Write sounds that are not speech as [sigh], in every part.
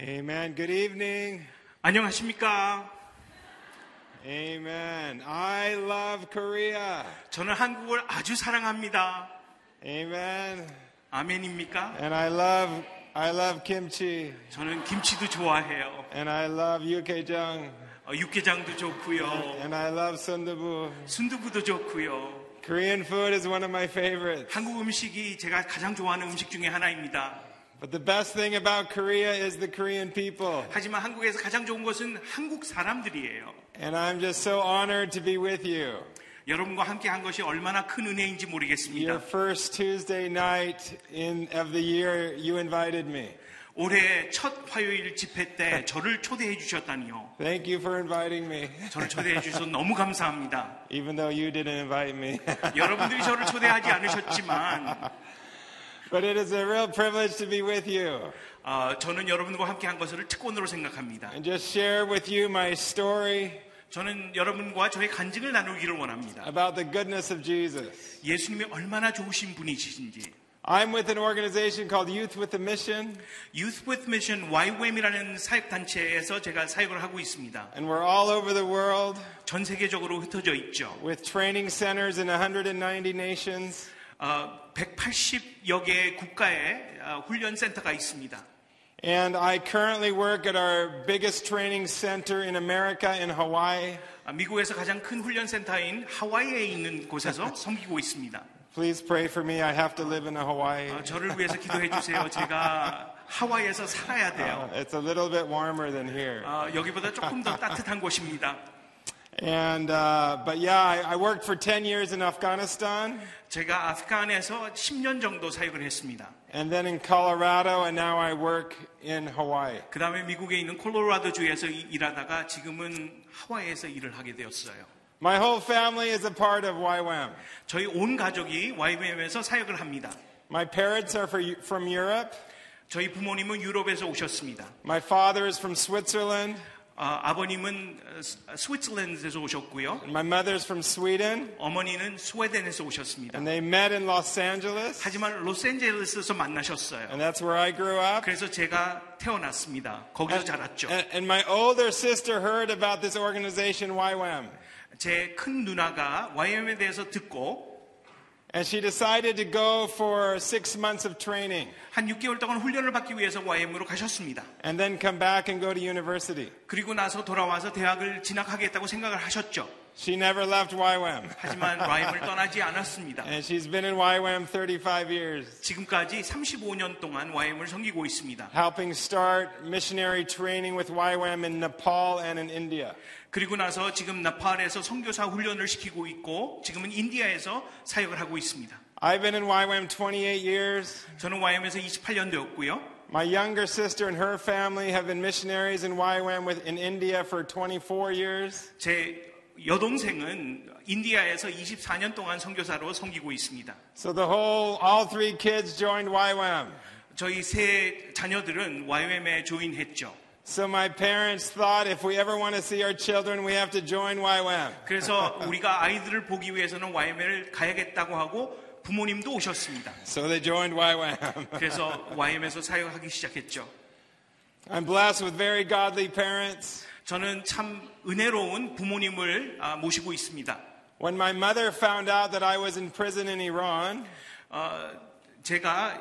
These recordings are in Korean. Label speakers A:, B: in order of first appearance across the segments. A: Amen. Good evening.
B: 안녕하십니까?
A: Amen. I love Korea.
B: 저는 한국을 아주 사랑합니다.
A: Amen.
B: 아멘입니까?
A: And I love I love kimchi
B: 저는 김치도 좋아해요.
A: and I love yukgaejang
B: 어, 육개장도 좋고요.
A: and I love sundubu.
B: 순두부도 좋고요.
A: Korean food is one of my favorites.
B: 한국 음식이 제가 가장 좋아하는 음식 중에 하나입니다.
A: But the best thing about Korea is the Korean people.
B: 하지만 한국에서 가장 좋은 것은 한국 사람들이에요.
A: And I'm just so honored to be with you.
B: 여러분과 함께 한 것이 얼마나 큰 은혜인지
A: Your
B: 모르겠습니다.
A: 예. first Tuesday night in of the year you invited me.
B: 올해 첫 화요일 집회 때 저를 초대해 주셨다니요.
A: Thank you for inviting me.
B: 저를 초대해 주셔서 너무 감사합니다.
A: Even though you didn't invite me. [laughs]
B: 여러분들이 저를 초대하지 않으셨지만
A: But it is a real privilege to be with you
B: 어, 저는 여러분과 함께 한 것을 특권으로 생각합니다.
A: and just share with you my story
B: 저는 여러분과 저의 간증을 나누기를 원합니다.
A: about the goodness of Jesus.
B: 예수님이 얼마나 좋으신 분이신지.
A: I'm with an organization called Youth with a Mission,
B: Youth with Mission YWAM이라는 사역단체에서 제가 사역을 하고 있습니다.
A: and we're all over the world
B: 전 세계적으로 흩어져 있죠.
A: with training centers in 190 nations.
B: 어, 180여 개의 국가에 어, 훈련 센터가 있습니다.
A: And I currently work at our biggest training center in America in Hawaii.
B: 아, 미국에서 가장 큰 훈련 센터인 하와이에 있는 곳에서 섬기고 있습니다.
A: Please pray for me. I have to live in Hawaii.
B: 어, 저를 위해서 기도해 주세요. 제가 하와이에서 살아야 돼요.
A: It's a little bit warmer than here.
B: 어, 여기보다 조금 더 따뜻한 곳입니다.
A: And uh, but yeah, I, I worked for 10 years in Afghanistan.
B: 제가 아프간에서 10년 정도 사역을 했습니다.
A: and then in Colorado, and now I work in Hawaii.
B: 그 다음에 미국에 있는 콜로라도 주에서 이- 일하다가 지금은 하와이에서 일을 하게 되었어요.
A: My whole family is a part of YWAM.
B: 저희 온 가족이 YWAM에서 사역을 합니다.
A: My parents are for, from Europe.
B: 저희 부모님은 유럽에서 오셨습니다.
A: My father is from Switzerland.
B: 아, 아버님은 어, 스- 스위스랜드에서 오셨고요.
A: My mother's from Sweden.
B: 어머니는 스웨덴에서 오셨습니다.
A: And they met in Los Angeles.
B: 하지만 로스앤젤레스에서 만나셨어요.
A: And that's where I grew up.
B: 그래서 제가 태어났습니다. 거기서 자랐죠.
A: And, and my older sister heard about this organization, YWAM.
B: 제 큰 누나가 YM에 대해서 듣고
A: And she decided to go for six months of training
B: 한 6개월 동안 훈련을 받기 위해서 YM으로 가셨습니다.
A: and then come back and go to university.
B: 그리고 나서 돌아와서 대학을 진학하겠다고 생각을 하셨죠.
A: She never left YWAM. [laughs]
B: 하지만 YM을 떠나지 않았습니다.
A: And she's been in YWAM 35 years.
B: 지금까지 35년 동안 YM을 섬기고 있습니다.
A: helping start missionary training with YWAM in Nepal and in India.
B: 그리고 나서 지금 나팔에서 선교사 훈련을 시키고 있고 지금은 인디아에서 사역을 하고 있습니다.
A: I've been in YWAM 28 years.
B: 저는 YM에서 28년 되었고요.
A: My younger sister and her family have been missionaries in YWAM with, in India for 24 years.
B: 제 여동생은 인디아에서 24년 동안 선교사로 섬기고 있습니다.
A: So the whole, all three kids joined YWAM.
B: 저희 세 자녀들은 YM에 조인했죠.
A: So my parents thought if we ever want to see our children, we have to join YWAM.
B: 그래서 우리가 아이들을 보기 위해서는 YM을 가야겠다고 하고 부모님도 오셨습니다.
A: So they joined YWAM.
B: 그래서 YM에서 사역하기 시작했죠.
A: [laughs] I'm blessed with very godly parents.
B: 저는 참 은혜로운 부모님을 아, 모시고 있습니다.
A: When my mother found out that I was in prison in Iran,
B: 어, 제가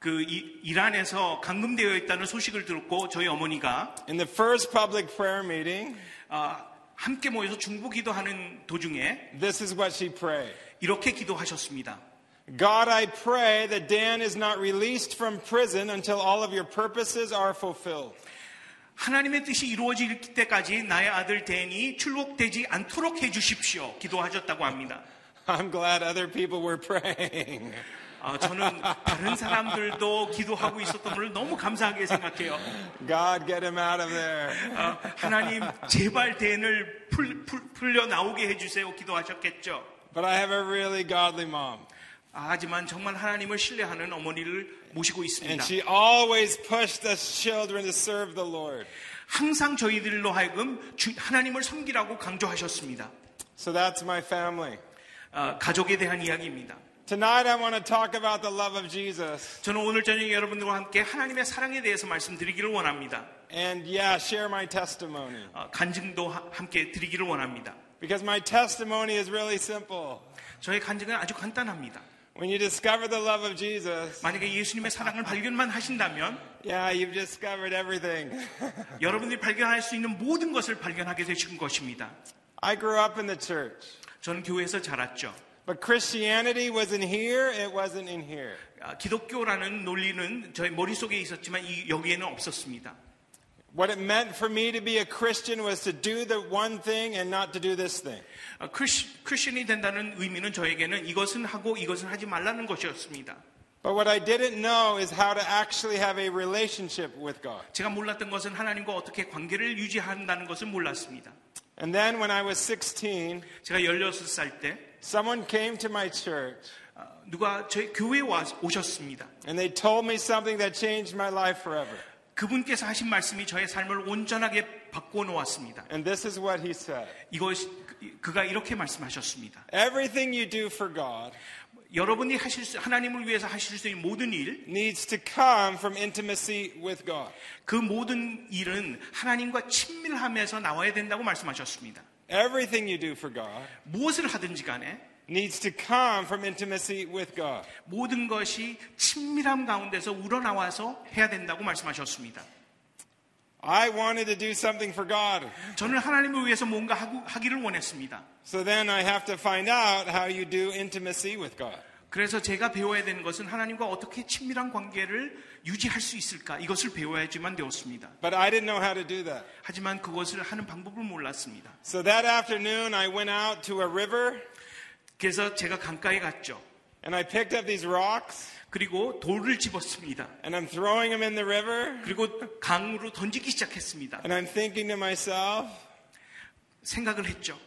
B: 그 이- 이란에서 감금되어 있다는 소식을 들었고 저희 어머니가
A: in the first public prayer meeting,
B: 아, 함께 모여서 중보 기도하는 도중에
A: This is what she prayed.
B: 이렇게 기도하셨습니다.
A: God, I pray that Dan is not released from prison until all of your purposes are fulfilled.
B: 하나님의 뜻이 이루어질 때까지 나의 아들 댄이 출국되지 않도록 해주십시오. 기도하셨다고 합니다.
A: I'm glad other people were [laughs] praying.
B: 아, 저는 다른 사람들도 기도하고 있었던 걸 너무 감사하게 생각해요.
A: God, get him out of there.
B: 아, 하나님 제발 댄을 풀, 풀, 풀려 나오게 해주세요. 기도하셨겠죠.
A: But I have a really godly mom.
B: 아, 하지만 정말 하나님을 신뢰하는 어머니를 모시고
A: And
B: 있습니다.
A: she always pushed us children to serve the Lord.
B: 항상 저희들로 하여금 주- 하나님을 섬기라고 강조하셨습니다.
A: So that's my family.
B: 아, 가족에 대한 이야기입니다.
A: Tonight, I want to talk about the love of Jesus
B: 저는 오늘 저녁에 여러분들과 함께 하나님의 사랑에 대해서 말씀드리기를 원합니다.
A: and, yeah, share my testimony.
B: 어, 간증도 하- 함께 드리기를 원합니다.
A: Because my testimony is really simple.
B: 저의 간증은 아주 간단합니다.
A: When you discover the love of Jesus,
B: 만약에 예수님의 사랑을 발견만 하신다면
A: yeah, you've discovered everything. [laughs]
B: 여러분들이 발견할 수 있는 모든 것을 발견하게 되신 것입니다.
A: I grew up in the church,
B: 저는 교회에서 자랐죠.
A: but Christianity wasn't here, it wasn't in here.
B: 아, 기독교라는 논리는 저의 머릿속에 있었지만 이- 여기에는 없었습니다.
A: What it meant for me to be a Christian was to do the one thing and not to do this thing.
B: 아, 크리스- 크리스천이 된다는 의미는 저에게는 이것은 하고 이것은 하지 말라는 것이었습니다.
A: But what I didn't know is how to actually have a relationship with God.
B: 제가 몰랐던 것은 하나님과 어떻게 관계를 유지한다는 것을 몰랐습니다.
A: And then when I was 16,
B: 제가 16살 때
A: someone came to my church
B: 아, 누가 저희 교회에 와 오셨습니다.
A: and they told me something that changed my life forever.
B: 그분께서 하신 말씀이 저의 삶을 온전하게 바꿔 놓았습니다.
A: And this is what he said
B: 이것이 그가 이렇게 말씀하셨습니다.
A: Everything you do for God
B: 여러분이 하실 수, 하나님을 위해서 하실 수 있는 모든 일,
A: needs to come from intimacy with God.
B: 그 모든 일은 하나님과 친밀함에서 나와야 된다고 말씀하셨습니다.
A: Everything you do for God
B: 무엇을 하든지 간에
A: needs to come from intimacy with God.
B: 모든 것이 친밀함 가운데서 우러나와서 해야 된다고 말씀하셨습니다.
A: I wanted to do something for God.
B: 저는 하나님을 위해서 뭔가 하고- 하기를 원했습니다.
A: So then I have to find out how you do intimacy with God.
B: 그래서 제가 배워야 되는 것은 하나님과 어떻게 친밀한 관계를 유지할 수 있을까 이것을 배워야지만 되었습니다.
A: But I didn't know how to do that.
B: 하지만 그것을 하는 방법을 몰랐습니다.
A: So that afternoon, I went out to a river
B: 그래서 제가 강가에 갔죠.
A: and I picked up these rocks
B: 그리고 돌을 집었습니다.
A: and I'm throwing them in the river.
B: 그리고 강으로 던지기 시작했습니다.
A: And I'm thinking to myself,
B: 생각을 했죠.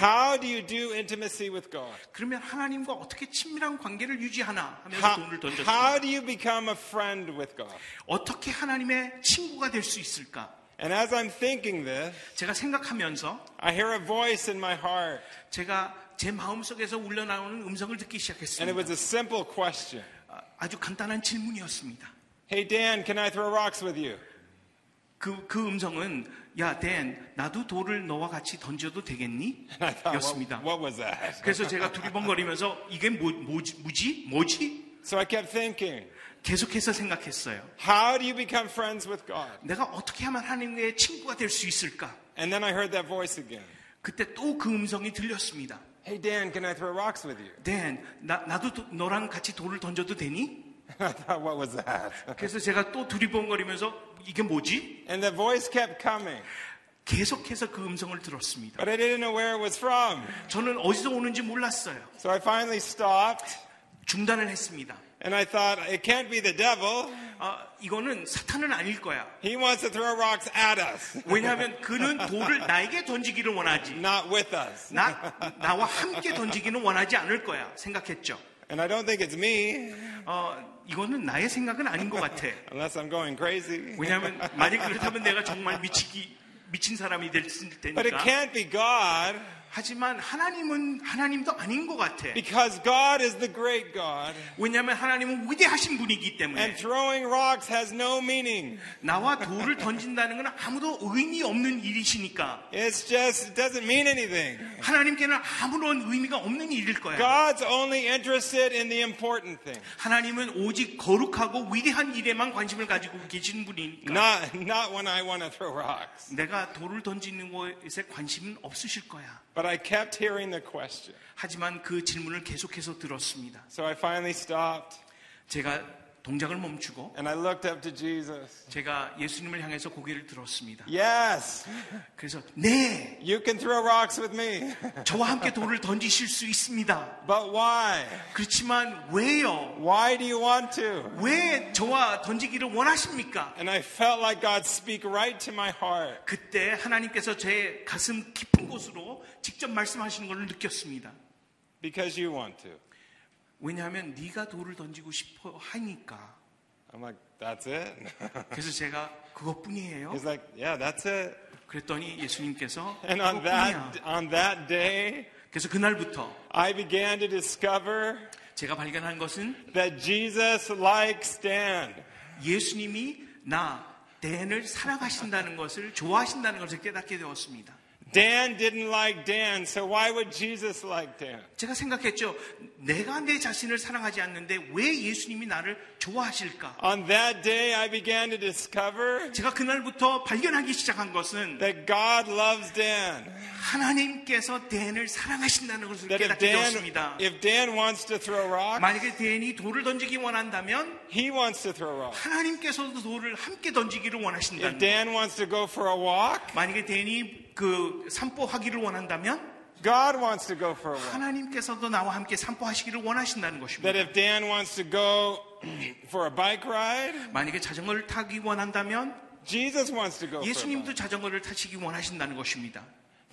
A: how do you do intimacy with God?
B: 그러면 하나님과 어떻게 친밀한 관계를 유지하나 하면서
A: How,
B: 돈을
A: how
B: 던졌습니다.
A: do you become a friend with God?
B: 어떻게 하나님의 친구가 될 수 있을까?
A: And as I'm thinking this,
B: 제가 생각하면서
A: I hear a voice in my heart,
B: 제가 제 마음속에서 울려나오는 음성을 듣기
A: and it was
B: 시작했습니다.
A: a simple question
B: 아, 아주 간단한 질문이었습니다.
A: Hey, Dan, can I throw rocks with you? [laughs]
B: 그, 그 음성은 야, 댄, 나도 돌을 너와 같이 던져도 되겠니?
A: And I thought,
B: 였습니다.
A: what, what was that?
B: 그래서 제가 두리번거리면서 이게 뭐, 뭐지? 뭐지? 뭐지?
A: So I kept thinking,
B: 계속해서 생각했어요.
A: how do you become friends with God?
B: 내가 어떻게 하면 하나님의 친구가 될 수 있을까?
A: And then I heard that voice again.
B: 그때 또 그 음성이 들렸습니다.
A: Hey, Dan, can I throw rocks with you? [laughs]
B: 댄, 나, 나도 도- 너랑 같이 돌을 던져도 되니?
A: And I thought, what was that? [laughs]
B: 그래서 제가 또 두리번거리면서 이게 뭐지?
A: And the voice kept coming,
B: 계속해서 그 음성을 들었습니다.
A: but I didn't know where it was from.
B: 저는 어디서 오는지 몰랐어요.
A: So I finally stopped,
B: 중단을 했습니다.
A: and I thought, it can't be the devil.
B: 아, 이거는 사탄은 아닐 거야.
A: He wants to throw rocks at us,
B: 왜냐하면 그는 돌을 나에게 던지기를 원하지.
A: not with us.
B: 나, 나와 함께 던지기는 원하지 않을 거야. 생각했죠.
A: And I don't think it's me,
B: 어, 이거는 나의 생각은 아닌 것 같아.
A: unless I'm going crazy.
B: 왜냐하면 만약 그렇다면 내가 정말 미치기 미친 사람이 될
A: But it
B: 테니까.
A: can't be God
B: 하지만 하나님은 하나님도 아닌 것 같아.
A: because God is the great God
B: 왜냐하면 하나님은 위대하신 분이기
A: and
B: 때문에
A: throwing rocks has no meaning.
B: 나와 돌을 던진다는 건 아무도 의미 없는 일이시니까
A: It's just, it doesn't mean anything.
B: 하나님께는 아무런 의미가 없는 일일 거야.
A: God's only interested in the important thing,
B: 하나님은 오직 거룩하고 위대한 일에만 관심을 가지고 계신 분이니까
A: not, not when I want to throw rocks.
B: 내가 돌을 던지는 것에 관심은 없으실 거야.
A: But I kept hearing the question.
B: 하지만 그 질문을 계속해서 들었습니다.
A: So I finally stopped
B: 제가 동작을 멈추고
A: and I looked up to Jesus.
B: 제가 예수님을 향해서 고개를 들었습니다.
A: Yes,
B: 그래서 네,
A: you can throw rocks with me.
B: 저와 함께 돌을 던지실 수 있습니다.
A: But why?
B: 그렇지만 왜요?
A: Why do you want to?
B: 왜 저와 던지기를 원하십니까?
A: And I felt like God speak right to my heart.
B: 그때 하나님께서 제 가슴 깊은 곳으로 직접 말씀하시는 걸 느꼈습니다.
A: Because you want to.
B: 왜냐하면 네가 돌을 던지고 싶어 하니까.
A: I'm like, that's it? [laughs]
B: 그래서 제가 그것뿐이에요.
A: He's like, yeah, that's it.
B: 그랬더니 예수님께서
A: And on that,
B: 그것뿐이야.
A: on that day,
B: 그래서 그날부터
A: I began to discover
B: 제가 발견한 것은
A: that Jesus likes Dan.
B: 예수님이 나 댄을 사랑하신다는 것을 좋아하신다는 것을 깨닫게 되었습니다.
A: Dan didn't like Dan, so why would Jesus like Dan?
B: 제가 생각했죠. 내가 내 자신을 사랑하지 않는데 왜 예수님이 나를 좋아하실까?
A: On that day, I began to discover
B: 제가 그날부터 발견하기 시작한 것은
A: that God loves Dan.
B: 하나님께서 댄을 사랑하신다는 것을
A: That if
B: 깨닫게
A: Dan,
B: 되었습니다.
A: if Dan wants to throw rocks,
B: 만약에 댄이 돌을 던지기 원한다면
A: he wants to throw rocks.
B: 하나님께서도 돌을 함께 던지기를 원하신다는
A: If
B: 것.
A: Dan wants to go for a walk,
B: 만약에 댄이 그 산보하기를 원한다면
A: God wants to go for a walk.
B: 하나님께서도 나와 함께 산보하시기를 원하신다는
A: That
B: 것입니다.
A: if Dan wants to go [clears throat] for a bike ride,
B: 만약에 자전거를 타기 원한다면
A: Jesus wants to go for a bike.
B: 예수님도 자전거를 타시기 원하신다는 것입니다.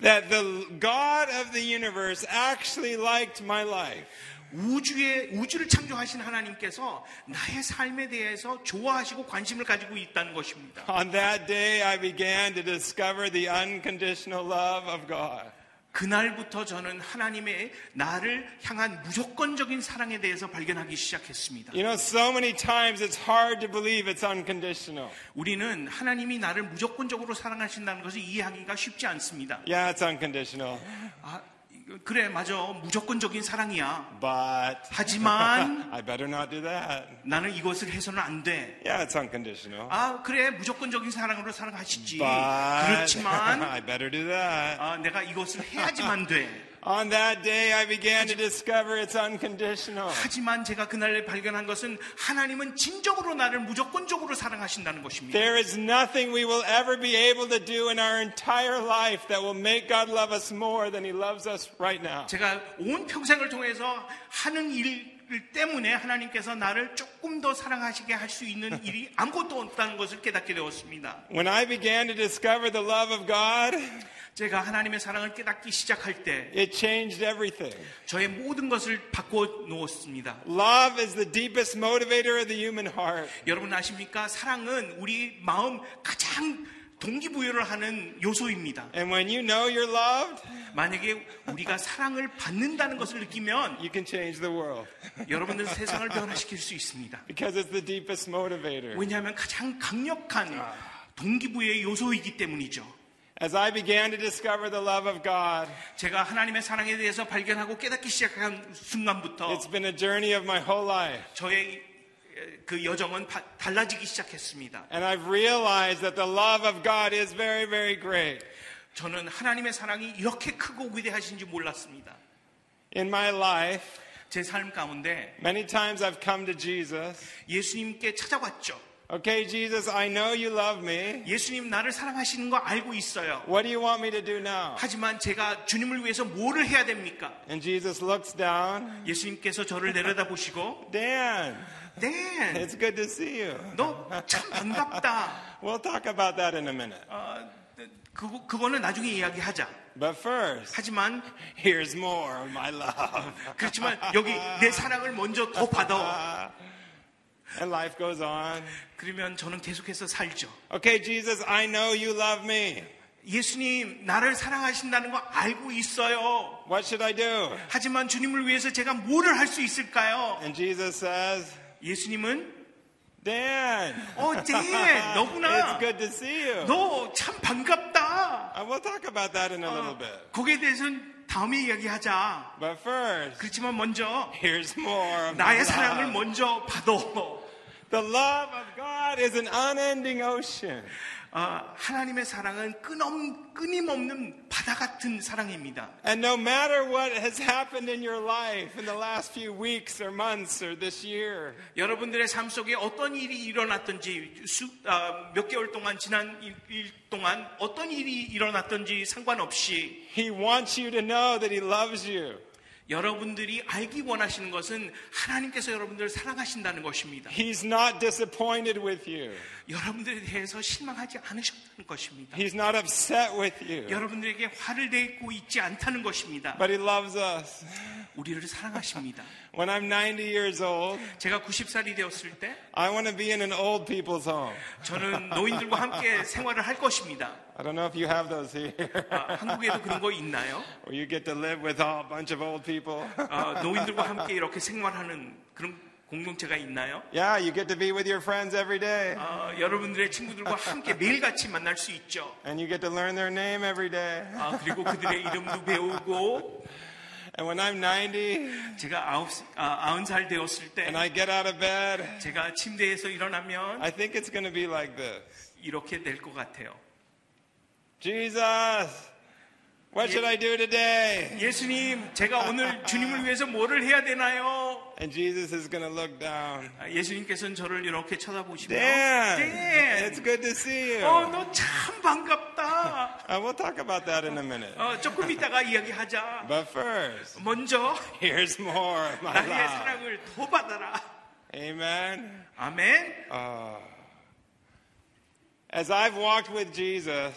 A: That the God of the universe actually liked my life.
B: 우주의 우주를 창조하신 하나님께서 나의 삶에 대해서 좋아하시고 관심을 가지고 있다는 것입니다.
A: On that day, I began to discover the unconditional love of God.
B: 그날부터 저는 하나님의 나를 향한 무조건적인 사랑에 대해서 발견하기 시작했습니다.
A: You know, so many times it's hard to believe it's unconditional.
B: 우리는 하나님이 나를 무조건적으로 사랑하신다는 것을 이해하기가 쉽지 않습니다.
A: Yeah, it's unconditional.
B: 아, 이거 그래, 맞아. 무조건적인 사랑이야.
A: But [laughs]
B: 하지만
A: I better not do that.
B: 나는 이것을 해서는 안 돼.
A: Yeah, it's unconditional.
B: 아, 그래, 무조건적인 사랑으로 사랑하시지.
A: But 네. [laughs]
B: 그렇지만,
A: I better do that.
B: 아, 내가 이것을 해야지만 돼.
A: On that day, I began to discover it's unconditional.
B: 하지만 제가 그날에 발견한 것은 하나님은 진정으로 나를 무조건적으로 사랑하신다는 것입니다.
A: There is nothing we will ever be able to do in our entire life that will make God love us more than He loves us right now.
B: 제가 온 평생을 통해서 하는 일 때문에 하나님께서 나를 조금 더 사랑하시게 할 수 있는 일이 아무것도 없다는 것을 깨닫게 되었습니다.
A: When I began to discover the love of God,
B: 제가 하나님의 사랑을 깨닫기 시작할 때
A: it changed everything.
B: 저의 모든 것을 바꿔 놓았습니다.
A: Love is the deepest motivator of the human heart.
B: 여러분 아십니까? 사랑은 우리 마음 가장 동기부여를 하는 요소입니다.
A: And when you know you're loved,
B: 만약에 우리가 사랑을 받는다는 것을 느끼면
A: you can change the world
B: 여러분들 세상을 변화시킬 수 있습니다.
A: because it's the deepest motivator.
B: 왜냐하면 가장 강력한 동기부여의 요소이기 때문이죠.
A: As I began to discover the love of God,
B: 제가 하나님의 사랑에 대해서 발견하고 깨닫기 시작한 순간부터
A: it's been a journey of my whole life.
B: 저의 그 여정은 바- 달라지기 시작했습니다.
A: And I've realized that the love of God is very, very great.
B: 저는 하나님의 사랑이 이렇게 크고 위대하신지 몰랐습니다.
A: In my life,
B: 제 삶 가운데
A: many times I've come to Jesus.
B: 예수님께 찾아왔죠.
A: Okay, Jesus, I know you love me.
B: 예수님 나를 사랑하시는 거 알고 있어요.
A: What do you want me to do now?
B: 하지만 제가 주님을 위해서 뭐를 해야 됩니까?
A: And Jesus looks down.
B: 예수님께서 저를 내려다보시고
A: Dan,
B: 네,
A: it's good to see you.
B: 너 참 반갑다.
A: We'll talk about that in a minute.
B: 어, 그거, 그거는 나중에 이야기하자.
A: But first,
B: 하지만,
A: here's more of my love.
B: 그렇지만 여기 내 사랑을 먼저 더 받아.
A: Ah. and life goes on.
B: 그러면 저는 계속해서 살죠.
A: Okay, Jesus, I know you love me.
B: 예수님, 나를 사랑하신다는 거 알고 있어요.
A: What should I do?
B: 하지만 주님을 위해서 제가 뭐를 할 수 있을까요?
A: And Jesus says,
B: 예수님은,
A: Dan,
B: 어, 네,
A: it's
B: 너구나.
A: good to see you.
B: 너 참 반갑다.
A: Uh, we'll talk about that in a little bit.
B: 거기에 대해서는 다음에 이야기하자.
A: But first,
B: 그렇지만 먼저,
A: here's more of my
B: 나의 사랑을
A: love.
B: 먼저 받아.
A: The love of God is an unending ocean.
B: 아, 하나님의 사랑은 끊임, 끊임없는 바다 같은 사랑입니다.
A: And no matter what has happened in your life in the last few weeks or months or this year,
B: 여러분들의 삶 속에 어떤 일이 일어났든지 수- 아, 몇 개월 동안 지난 일, 일 동안 어떤 일이 일어났든지 상관없이
A: He wants you to know that He loves you.
B: 여러분들이 알기 원하시는 것은 하나님께서 여러분들을 사랑하신다는 것입니다.
A: He's not disappointed with you.
B: 여러분들에 대해서 실망하지 않으셨다는 것입니다.
A: He's not upset with you.
B: 여러분들에게 화를 내고 있지 않다는 것입니다.
A: But He loves us.
B: 우리를 사랑하십니다.
A: When I'm 90 years old,
B: 제가 90살이 되었을 때
A: I want to be in an old people's home.
B: 저는 노인들과 함께 생활을 할 것입니다.
A: I don't know if you have those here, [laughs]
B: 아, 한국에도 그런 거 있나요?
A: where you get to live with a bunch of old people. Uh,
B: 아, 노인들과 함께 이렇게 생활하는 그런 공동체가 있나요?
A: Yeah, you get to be with your friends every day,
B: 아, 여러분들의 친구들과 함께 매일같이 만날 수 있죠.
A: and you get to learn their name every day.
B: 아, 그리고 그들의 이름도 배우고
A: And when I'm 90
B: 제가 아홉 아, 90살 되었을 때
A: and I get out of bed,
B: 제가 침대에서 일어나면
A: I think it's going to be like this
B: 이렇게 될 것 같아요.
A: Jesus, what should I do today?
B: 예수님, 제가 오늘 주님을 위해서 뭐를 해야 되나요?
A: And Jesus is going to look down.
B: 아, 예수님께서는 저를 이렇게 쳐다보시며
A: 네. Dan,
B: "Dan,
A: it's good to see you.
B: 어, 너 참 반갑다.
A: Uh, we'll talk about that in a minute.
B: 어, 조금 이따가 이야기하자.
A: But first, [laughs]
B: 먼저
A: here's more of
B: [laughs]
A: my
B: 나의
A: life.
B: 사랑을 더 받아라.
A: Amen.
B: 아멘.
A: As I've walked with Jesus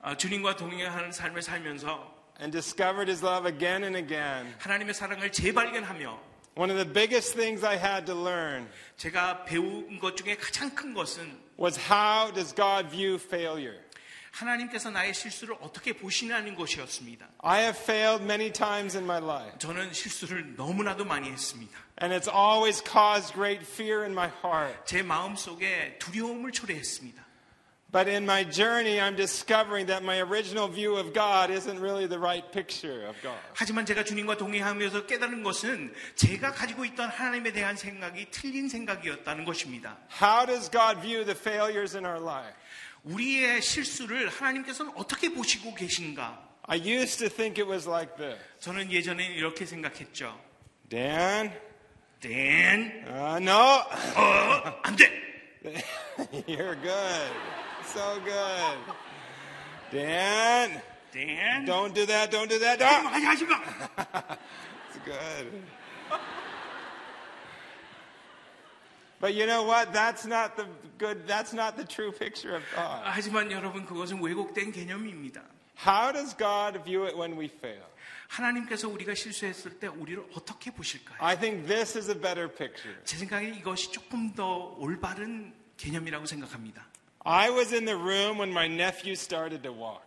B: 어, 주님과 동행하는 삶을 살면서
A: and discovered his love again and again,
B: 하나님의 사랑을 재발견하며
A: one of the biggest things I had to learn
B: 제가 배운 것 중에 가장 큰 것은
A: was how does God view failure?
B: 하나님께서 나의 실수를 어떻게 보시냐는 것이었습니다.
A: I have failed many times in my life,
B: 저는 실수를 너무나도 많이 했습니다.
A: and it's always caused great fear in my heart.
B: 제 마음 속에 두려움을 초래했습니다.
A: But in my journey, I'm discovering that my original view of God isn't really the right picture of God.
B: 하지만 제가 주님과 동행하면서 깨달은 것은 제가 가지고 있던 하나님에 대한 생각이 틀린 생각이었다는 것입니다.
A: How does God view the failures in our life?
B: 우리의 실수를 하나님께서는 어떻게 보시고 계신가?
A: I used to think it was like this
B: 저는 예전에 이렇게 생각했죠.
A: Dan,
B: 댄,
A: uh, no,
B: 어, 안 돼!
A: [laughs] you're good. So good. Dan,
B: 댄,
A: don't do that, don't do that.
B: 어, 하지
A: Don't.
B: 마, 하지 마!
A: It's good. But you know what? That's not the good, that's not the true picture of God.
B: 하지만 여러분, 그것은 왜곡된 개념입니다.
A: How does God view it when we fail?
B: 하나님께서 우리가 실수했을 때 우리를 어떻게 보실까요?
A: I think this is a better picture.
B: 제 생각에 이것이 조금 더 올바른 개념이라고 생각합니다.
A: I was in the room when my nephew started to walk.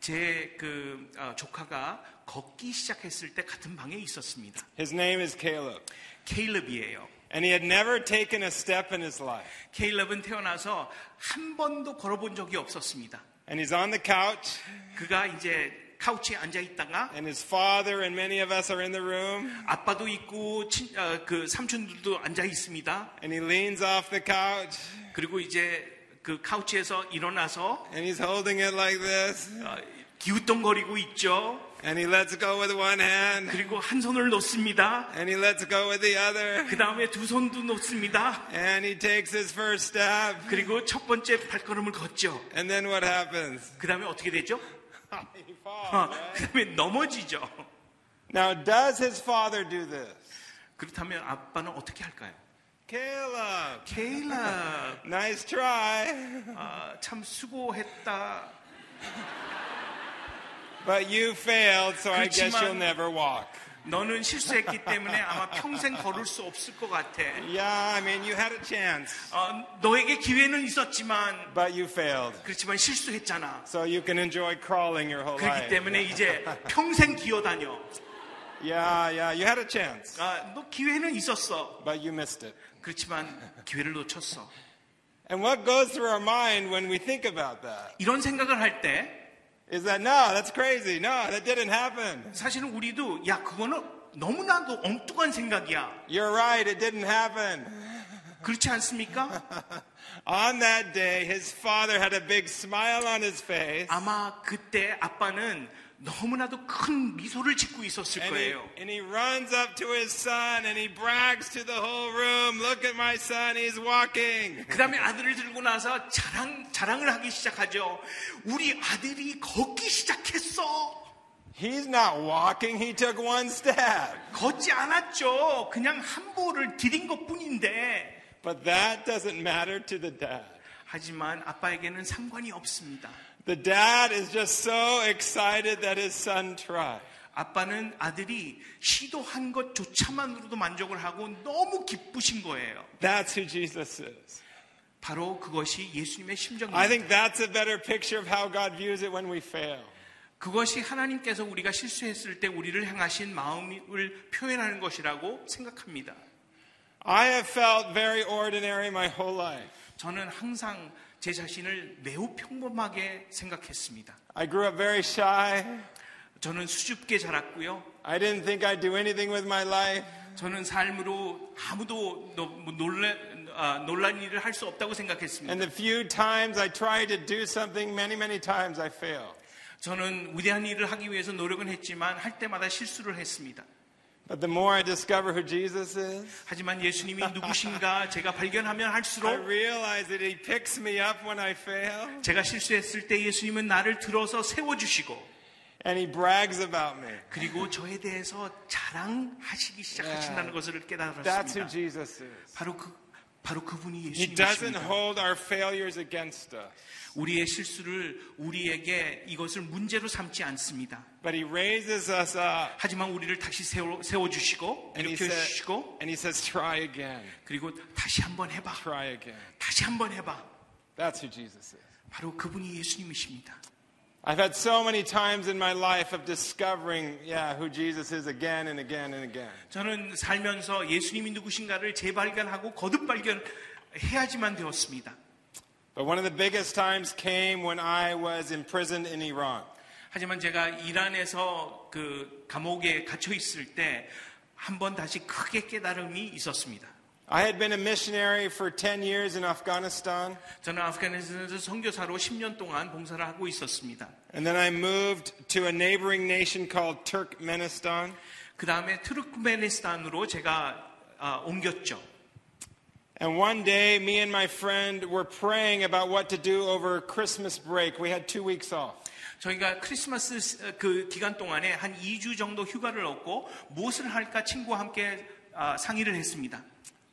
B: 제 그 조카가 걷기 시작했을 때 같은 방에 있었습니다.
A: His name is Caleb.
B: 케일럽이에요.
A: And he had never taken a step in his life.
B: 케일럽은 태어나서 한 번도 걸어본 적이 없었습니다.
A: And he's on the couch,
B: 그가 이제 카우치에 앉아 있다가
A: and his father and many of us are in the room.
B: 아빠도 있고 친- 어, 그 삼촌들도 앉아 있습니다.
A: And he leans off the couch,
B: 그리고 이제 그 카우치에서 일어나서
A: and he's holding it like this.
B: 어, 기웃덩거리고 있죠.
A: And he lets go with one hand,
B: 그리고 한 손을 놓습니다.
A: and he lets go with the other.
B: 그 다음에 두 손도 놓습니다.
A: And he takes his first step.
B: 그리고 첫 번째 발걸음을 걷죠.
A: And then what happens?
B: 그 다음에 어떻게 되죠?
A: [laughs] he falls.
B: 어,
A: right?
B: 그 다음에 넘어지죠.
A: Now, does his father do this?
B: 그렇다면 아빠는 어떻게 할까요?
A: Caleb,
B: 케일라,
A: nice try,
B: 아, 참 수고했다.
A: but you failed, so I guess
B: 그렇지만-
A: you'll never walk.
B: 너는 실수했기 때문에 아마 평생 걸을 수 없을 것 같아.
A: Yeah, I mean, you had a chance,
B: 어, 너에게 기회는 있었지만,
A: but you failed.
B: 그렇지만 실수했잖아.
A: So you can enjoy crawling your whole life.
B: 그렇기 때문에 이제 평생 기어다녀.
A: Yeah, yeah, you had a chance,
B: 아, 너 기회는 있었어.
A: but you missed it.
B: 그렇지만 기회를 놓쳤어.
A: And what goes through our mind when we think about that
B: 이런 생각을 할 때
A: is that, no, that's crazy. No, that didn't happen.
B: 사실은 우리도 야 그거는 너무나도 엉뚱한 생각이야.
A: You're right, it didn't happen.
B: 그렇지 않습니까?
A: On that day, his father had a big smile on his face.
B: 아마 그때 아빠는 너무나도 큰 미소를 짓고 있었을
A: And he,
B: 거예요.
A: and he runs up to his son and he brags to the whole room, look at my son, he's walking.
B: 그 다음에 아들을 들고 나서 자랑, 자랑을 하기 시작하죠. 우리 아들이 걷기 시작했어.
A: He's not walking, he took one step.
B: 걷지 않았죠. 그냥 한 보를 디딘 것 뿐인데.
A: But that doesn't matter to the dad.
B: 하지만 아빠에게는 상관이 없습니다.
A: The dad is just so excited that his son tried.
B: 아빠는 아들이 시도한 것조차만으로도 만족을 하고 너무 기쁘신 거예요.
A: That's who Jesus is.
B: 바로 그것이 예수님의
A: I
B: 심정입니다.
A: think that's a better picture of how God views it when we fail.
B: 그것이 하나님께서 우리가 실수했을 때 우리를 향하신 마음을 표현하는 것이라고 생각합니다.
A: I have felt very ordinary my whole life.
B: 저는 항상 제 자신을 매우 평범하게 생각했습니다.
A: I grew up very shy.
B: 저는 수줍게 자랐고요.
A: I didn't think I'd do anything with my life.
B: 저는 삶으로 아무도 노- 뭐 놀라, 아, 놀란 일을 할 수 없다고 생각했습니다.
A: And the few times I tried to do something, many, many times I failed.
B: 저는 위대한 일을 하기 위해서 노력은 했지만 할 때마다 실수를 했습니다.
A: But the more I discover who Jesus is,
B: 하지만 예수님이 누구신가 제가 발견하면
A: [laughs] I
B: 할수록
A: realize that He picks me up when I fail,
B: 제가 실수했을 때 예수님은 나를 들어서 세워주시고
A: and He brags about me.
B: 그리고 저에 대해서 자랑하시기 시작하신다는
A: Yeah.
B: 것을
A: That's who
B: 깨달았습니다.
A: Jesus is.
B: 바로 그 바로 그분이
A: He doesn't
B: 예수님이십니다.
A: hold our failures against us,
B: 우리의 실수를 우리에게 이것을 문제로 삼지 않습니다.
A: but He raises us up.
B: 하지만 우리를 다시 세워, 세워주시고
A: And he,
B: 일으켜
A: said,
B: 주시고
A: and he says, try again,
B: 그리고 다시 한번 해봐
A: try again.
B: 다시 한번 해봐
A: That's who Jesus is.
B: 바로 그분이 예수님이십니다
A: I've had so many times in my life of discovering, yeah, who Jesus is again and again and again.
B: 저는 살면서 예수님이 누구신가를 재발견하고 거듭 발견해야지만 되었습니다
A: But one of the biggest times came when I was imprisoned in Iran.
B: 하지만 제가 이란에서 그 감옥에 갇혀 있을 때 한번 다시 크게 깨달음이 있었습니다
A: I had been a missionary for 10 years in Afghanistan,
B: 저는 아프가니스탄에서 선교사로 10년 동안 봉사를 하고 있었습니다
A: and then I moved to a neighboring nation called Turkmenistan.
B: 그 다음에 트루크메니스탄으로 제가 아, 옮겼죠
A: And one day, me and my friend were praying about what to do over Christmas break. We had two weeks off.
B: 저희가 크리스마스 시- 그 기간 동안에 한 2주 정도 휴가를 얻고 무엇을 할까 친구와 함께 아, 상의를 했습니다.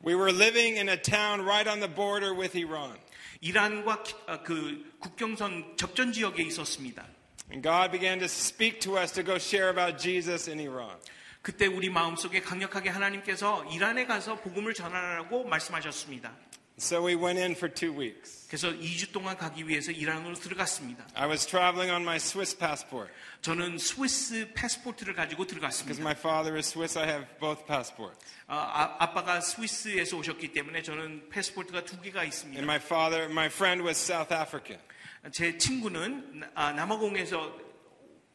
A: We were living in a town right on the border with Iran.
B: 이란과 기- 아, 그 국경선 접전 지역에 있었습니다.
A: And God began to speak to us to go share about Jesus in Iran.
B: 그때 우리 마음속에 강력하게 하나님께서 이란에 가서 복음을 전하라고 말씀하셨습니다.
A: So we went in for two weeks.
B: 그래서 2주 동안 가기 위해서 이란으로 들어갔습니다.
A: I was traveling on my Swiss passport.
B: 저는 스위스 패스포트를 가지고
A: Because
B: 들어갔습니다.
A: my father is Swiss, I have both passports.
B: 아, 아, 아빠가 스위스에서 오셨기 때문에 저는 패스포트가 두 개가 있습니다.
A: And my father, my friend was South African.
B: 제 친구는 나- 아, 남아공에서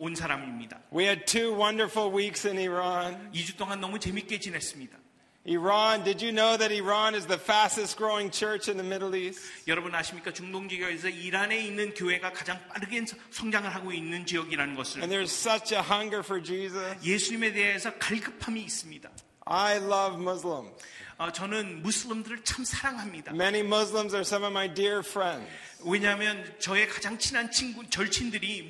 B: 온 사람입니다.
A: We had two wonderful weeks in Iran.
B: 2주 동안 너무 재밌게 지냈습니다.
A: Iran, did you know that Iran is the fastest growing church in the Middle East?
B: 여러분 아십니까? 중동지역에서 이란에 있는 교회가 가장 빠르게 서- 성장을 하고 있는 지역이라는 것을
A: And there's such a hunger for Jesus.
B: 예수님에 대해서 갈급함이 있습니다.
A: I love Muslims.
B: 아, 저는 무슬림들을 참 사랑합니다.
A: Many Muslims are some of my dear friends.
B: 왜냐하면 저의 가장 친한 친구, 절친들이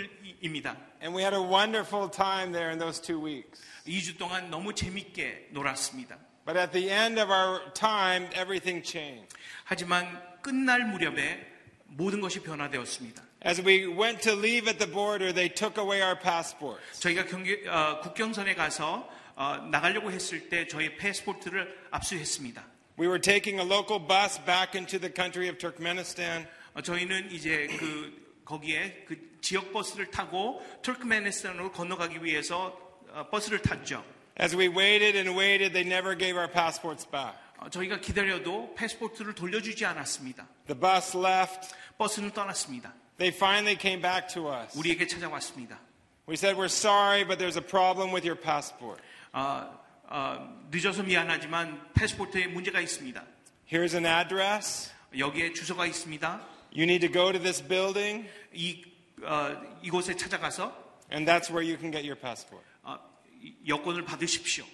B: 무슬림들입니다.
A: And we had a wonderful time there in those two weeks.
B: 2주 동안 너무 재밌게 놀았습니다.
A: But at the end of our time, everything changed.
B: 하지만 끝날 무렵에 모든 것이 변화되었습니다.
A: As we went to leave at the border, they took away our passports.
B: 저희가 경계- 어, 국경선에 가서 어, 나가려고 했을 때 저희 패스포트를 압수했습니다.
A: We were taking a local bus back into the country of Turkmenistan.
B: 어, 저희는 이제 그 거기에 그 지역 버스를 타고 투르크메니스탄으로 건너가기 위해서 어, 버스를 탔죠.
A: As we waited and waited, they never gave our passports back.
B: 어, 저희가 기다려도 패스포트를 돌려주지 않았습니다.
A: The bus left.
B: 버스는 떠났습니다.
A: They finally came back to us.
B: 우리에게 찾아왔습니다.
A: We said, We're sorry, but there's a problem with your passport.
B: 아, 아, 늦어서 미안하지만 패스포트에 문제가 있습니다.
A: Here's an address.
B: 여기에 주소가 있습니다.
A: You need to go to this building,
B: 이 어, 이곳에 찾아가서
A: and that's where you can get your passport.
B: 어, 이- 여권을 받으십시오.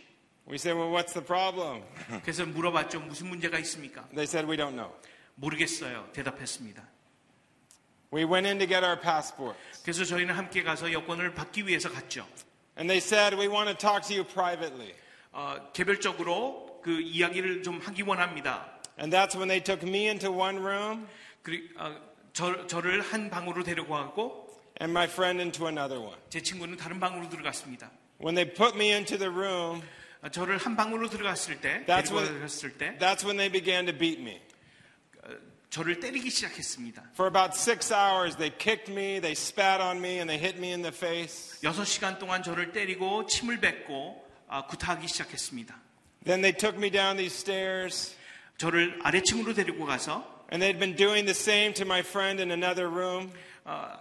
A: We said, Well, what's the problem?
B: 그래서 물어봤죠. 무슨 문제가 있습니까?
A: They said, We don't know.
B: 모르겠어요. 대답했습니다.
A: We went in to get our passport.
B: 그래서 저희는 함께 가서 여권을 받기 위해서 갔죠.
A: And they said, We want to talk to you privately.
B: 어, 개별적으로 그 이야기를 좀 하기 원합니다.
A: And that's when they
B: 아,
A: took me into one room
B: 그리, 어, 저, 저를 한 방으로 데리고 가고
A: and my friend into another one.
B: 제 친구는 다른 방으로 들어갔습니다.
A: When they put me into the room,
B: 어, 저를 한 방으로 들어갔을 때,
A: That's
B: 데리고
A: what-
B: 들어갔을 때
A: that's when they began to beat me.
B: 저를 때리기 시작했습니다.
A: For about six hours, they kicked me, they spat on me, and they hit me in the face.
B: 6시간 동안 저를 때리고 침을 뱉고 아, 구타하기 시작했습니다.
A: Then they took me down these stairs,
B: 저를 아래층으로 데리고 가서
A: and they'd been doing the same to my friend in another room.
B: 아,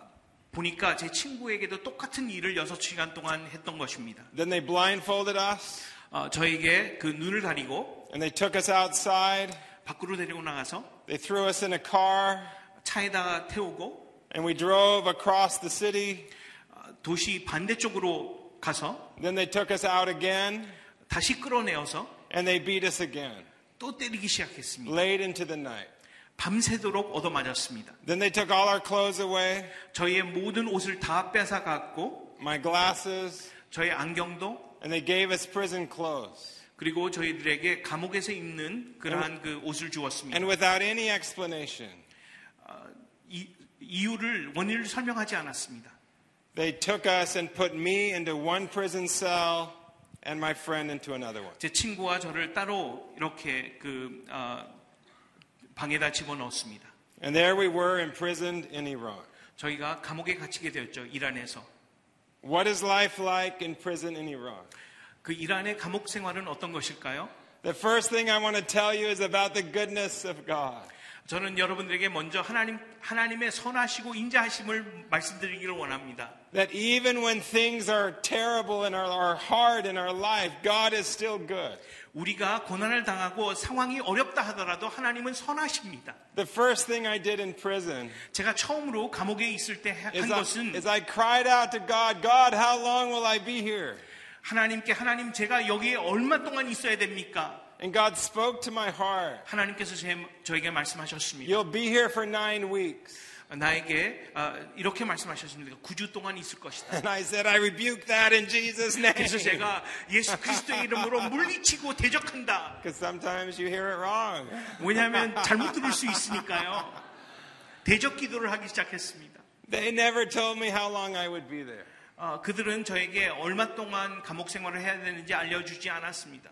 B: 보니까 제 친구에게도 똑같은 일을 6시간 동안 했던 것입니다.
A: Then they blindfolded us,
B: 어, 저에게 그 눈을 가리고
A: and they took us outside.
B: 밖으로 데리고 나가서
A: They threw us in a car,
B: 차에다가 태우고
A: and we drove across the city.
B: 어, 도시 반대쪽으로 가서
A: Then they took us out again,
B: 다시 끌어내어서
A: and they beat us again,
B: 또 때리기 시작했습니다.
A: late into the night.
B: 밤새도록 얻어맞았습니다.
A: Then they took all our clothes away,
B: 저희의 모든 옷을 다 뺏어갔고
A: my glasses,
B: 저희 안경도
A: and they gave us prison clothes.
B: 그리고 저희들에게 감옥에서 입는 그러한 그 옷을 주었습니다. 아,
A: And without any explanation,
B: 이, 이유를 원인을 설명하지 않았습니다.
A: they took us and put me into one prison cell and my friend into another one.
B: 제 친구와 저를 따로 이렇게 그 어, 방에다 집어넣었습니다.
A: And there we were imprisoned in Iran.
B: 저희가 감옥에 갇히게 되었죠. 이란에서.
A: What is life like in prison in Iran?
B: 그 이란의 감옥 생활은 어떤 것일까요?
A: The first thing I want to tell you is about the goodness of God.
B: 저는 여러분들에게 먼저 하나님 하나님의 선하시고 인자하심을 말씀드리기를 원합니다.
A: That even when things are terrible and are, are hard in our life, God is still good.
B: 우리가 고난을 당하고 상황이 어렵다 하더라도 하나님은 선하십니다.
A: The first thing I did in prison
B: 제가 처음으로 감옥에 있을 때 한
A: is I,
B: 것은
A: is I cried out to God, God, how long will I be here?
B: 하나님께 하나님 제가 여기에 얼마 동안 있어야 됩니까?
A: And God spoke to my heart.
B: 하나님께서 제- 저에게 말씀하셨습니다.
A: You'll be here for nine weeks. [laughs]
B: 나에게 아, 이렇게 말씀하셨습니다. 9주 동안 있을 것이다.
A: And I said, I rebuke that in Jesus' name.
B: [laughs]
A: [laughs]
B: 그래서 제가 예수 그리스도의 이름으로 물리치고 대적한다.
A: Because sometimes you hear it wrong.
B: 왜냐하면 잘못 들을 수 있으니까요. 대적 기도를 하기 시작했습니다.
A: They never told me how long I would be there.
B: 아, 그들은 저에게 얼마 동안 감옥 생활을 해야 되는지 알려주지 않았습니다.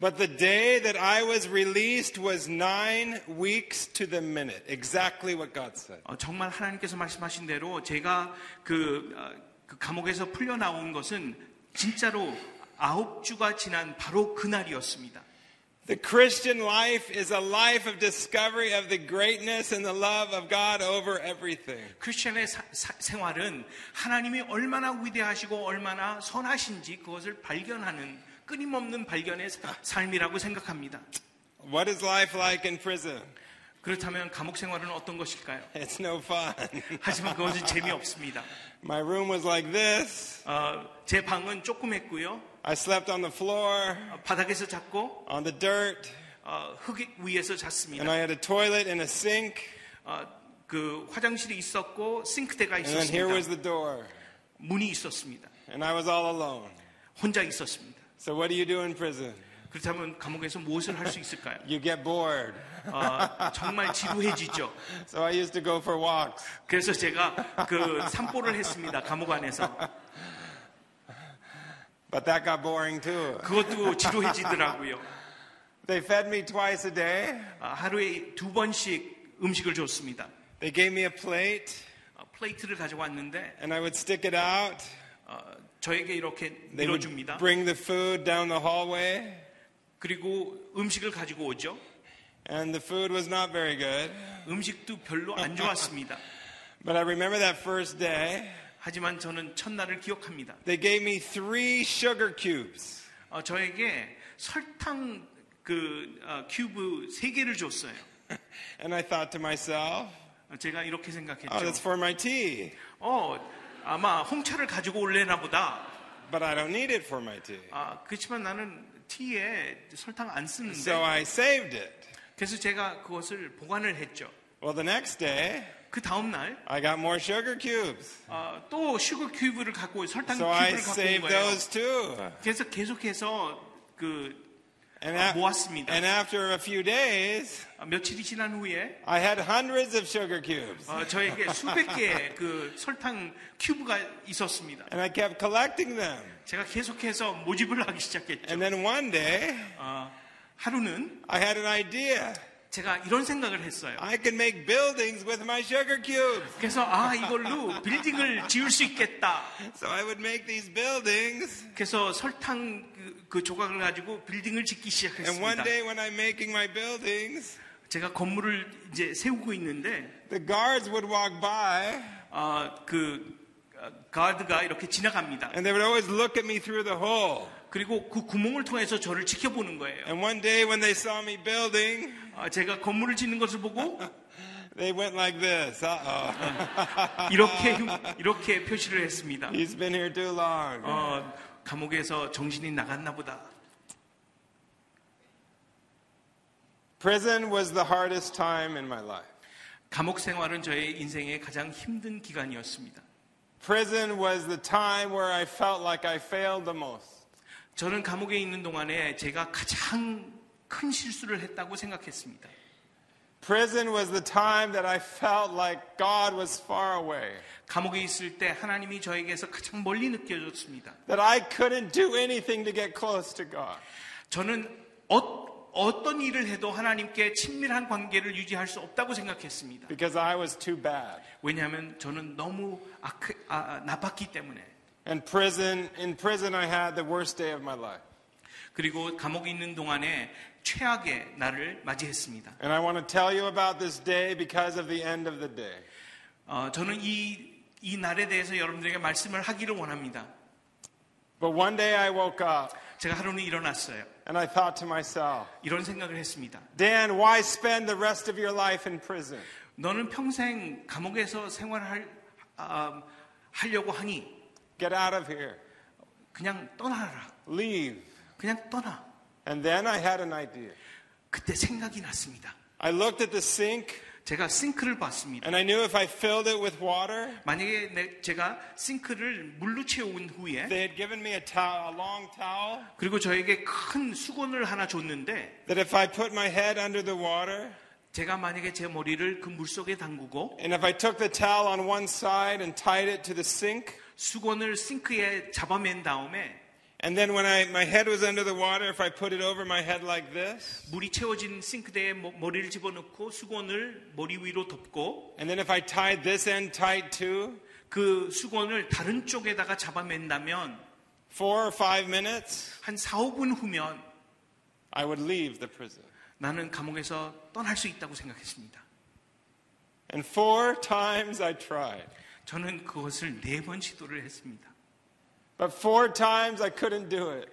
A: But the day that I was released was nine weeks to the minute. Exactly what God said.
B: 어, 정말 하나님께서 말씀하신 대로 제가 그, 어, 그 감옥에서 풀려 나온 것은 진짜로 아홉 주가 지난 바로 그날이었습니다.
A: The Christian life is a life of discovery of the greatness and the love of God over everything.
B: 크리스천의 사- 사- 생활은 하나님이 얼마나 위대하시고 얼마나 선하신지 그것을 발견하는 끊임없는 발견의 사- 삶이라고 생각합니다.
A: What is life like in prison? [laughs]
B: 그렇다면 감옥 생활은 어떤 것일까요?
A: It's no fun.
B: [laughs] 하지만 그것은 재미없습니다.
A: [laughs] My room was like this.
B: 어, 제 방은 조그맸고요.
A: I slept on the floor,
B: 어, 바닥에서 잤고
A: on the dirt,
B: 어, 흙 위에서
A: and
B: 잤습니다.
A: I had a toilet and a sink,
B: 어, 그 화장실이 있었고 싱크대가
A: and then here was
B: 있었습니다.
A: the door,
B: 문이 있었습니다.
A: and I was all alone.
B: 혼자 있었습니다.
A: So, what do you do in prison?
B: 그렇다면 감옥에서 무엇을 할 수 있을까요?
A: You get bored.
B: 어, 정말 지루해지죠.
A: So, I used to go for walks.
B: 그래서 제가 그 산보를 했습니다. 감옥 안에서.
A: But that got boring too.
B: 그것도 지루해지더라고요.
A: They fed me twice a day,
B: 아, 하루에 두 번씩 음식을 줬습니다.
A: they gave me a plate,
B: 아, 플레이트를 가져왔는데
A: and I would stick it out.
B: 어, 저에게 이렇게
A: They
B: 밀어줍니다.
A: would bring the food down the hallway,
B: 그리고 음식을 가지고 오죠.
A: and the food was not very good.
B: 음식도 별로 안 좋았습니다.
A: But I remember that first day,
B: 하지만 저는 첫날을 기억합니다.
A: they gave me three sugar cubes.
B: 어, 저에게 설탕 그 어, 큐브 세 개를 줬어요.
A: And I thought to myself,
B: 어, 제가
A: oh,
B: 이렇게
A: that's
B: 생각했죠.
A: for my tea.
B: 어, 아마 홍차를 가지고 올래나 보다.
A: But I don't need it for my tea.
B: 아, 그렇지만 나는 티에 설탕 안 쓰는데
A: So I saved it.
B: 그래서 제가 그것을 보관을 했죠.
A: Well, the next day,
B: 그 다음 날
A: I got more sugar cubes.
B: 아, 또 슈거 큐브를 갖고 설탕
A: So I
B: 큐브를 갖고 온
A: saved
B: 거예요.
A: those too.
B: 그래서 계속해서 그
A: And,
B: 아,
A: af-
B: 모았습니다.
A: and after a few days,
B: 아, 며칠이 지난 후에
A: I had hundreds of sugar cubes.
B: 어, 저에게 수백 개의 그 설탕 큐브가 있었습니다.
A: And I kept collecting them.
B: 제가 계속해서 모집을 하기 시작했죠.
A: And then one day,
B: 어, 하루는
A: I had an idea.
B: 제가 이런 생각을 했어요.
A: I can make buildings with my sugar cubes.
B: 그래서 아 이걸로 빌딩을 지을 수 있겠다.
A: So I would make these buildings.
B: 그래서 설탕 그, 그 조각을 가지고 빌딩을 짓기
A: And one
B: 시작했습니다.
A: day, when I'm making my buildings,
B: 제가 건물을 이제 세우고 있는데
A: the guards would walk by
B: 아, 그 아, 가드가 이렇게 지나갑니다.
A: and they would always look at me through the hole.
B: 그리고 그 구멍을 통해서 저를 지켜보는 거예요.
A: And one day, when they saw me building,
B: 아, 제가 건물을 짓는 것을 보고
A: they went like this Uh oh.
B: 이렇게 흉- 이렇게 표시를 했습니다.
A: [laughs] He's been here too long.
B: 어, 감옥에서 정신이 나갔나 보다.
A: Prison was the hardest time in my life.
B: 감옥 생활은 저의 인생의 가장 힘든 기간이었습니다.
A: Prison was the time where I felt like I failed the most.
B: 저는 감옥에 있는 동안에 제가 가장 큰 실수를 했다고 생각했습니다.
A: Prison was the time that I felt like God was far away,
B: 감옥에 있을 때 하나님이 저에게서 가장 멀리 느껴졌습니다.
A: that I couldn't do anything to get close to God.
B: 저는 어, 떤 일을 해도 하나님께 친밀한 관계를 유지할 수 없다고 생각했습니다.
A: because I was too bad.
B: 왜냐하면 저는 너무 악, 아, 나빴기 때문에.
A: And prison, in prison, I had the worst day of my life.
B: 그리고 감옥에 있는 동안에 최악의 날을 맞이했습니다.
A: And I want to tell you about this day because of the end of the day.
B: 어, 저는 이, 이 날에 대해서 여러분들에게 말씀을 하기를 원합니다.
A: But one day I woke up
B: 제가 하루는 일어났어요.
A: and I thought to myself,
B: 이런 생각을 했습니다.
A: Dan, why spend the rest of your life in prison?
B: 너는 평생 감옥에서 생활할 아, 하려고 하니
A: Get out of here.
B: 그냥 떠나라.
A: Leave.
B: 그냥 떠나.
A: And then I had an idea.
B: 그때 생각이 났습니다.
A: I looked at the sink
B: 제가 싱크를 봤습니다.
A: and I knew if I filled it with water,
B: 만약에 내- 제가 싱크를 물로 채운 후에
A: they had given me a towel, a long towel,
B: 그리고 저에게 큰 수건을 하나 줬는데
A: that if I put my head under the water
B: 제가 만약에 제 머리를 그 물속에 담그고
A: and if I took the towel on one side and tied it to the sink,
B: 수건을 싱크에 잡아맨 다음에
A: And then when I, my head was under the water, if I put it over my head like this,
B: 물이 채워진 싱크대에 머- 머리를 집어넣고 수건을 머리 위로 덮고
A: and then if I tied this end tight too,
B: 그 수건을 다른 쪽에다가 잡아맨다면
A: four or five minutes,
B: 한 4, 5분 후면
A: I would leave the prison.
B: 나는 감옥에서 떠날 수 있다고 생각했습니다.
A: And four times I tried.
B: 저는 그것을 네 번 시도를 했습니다.
A: But four times I couldn't do it.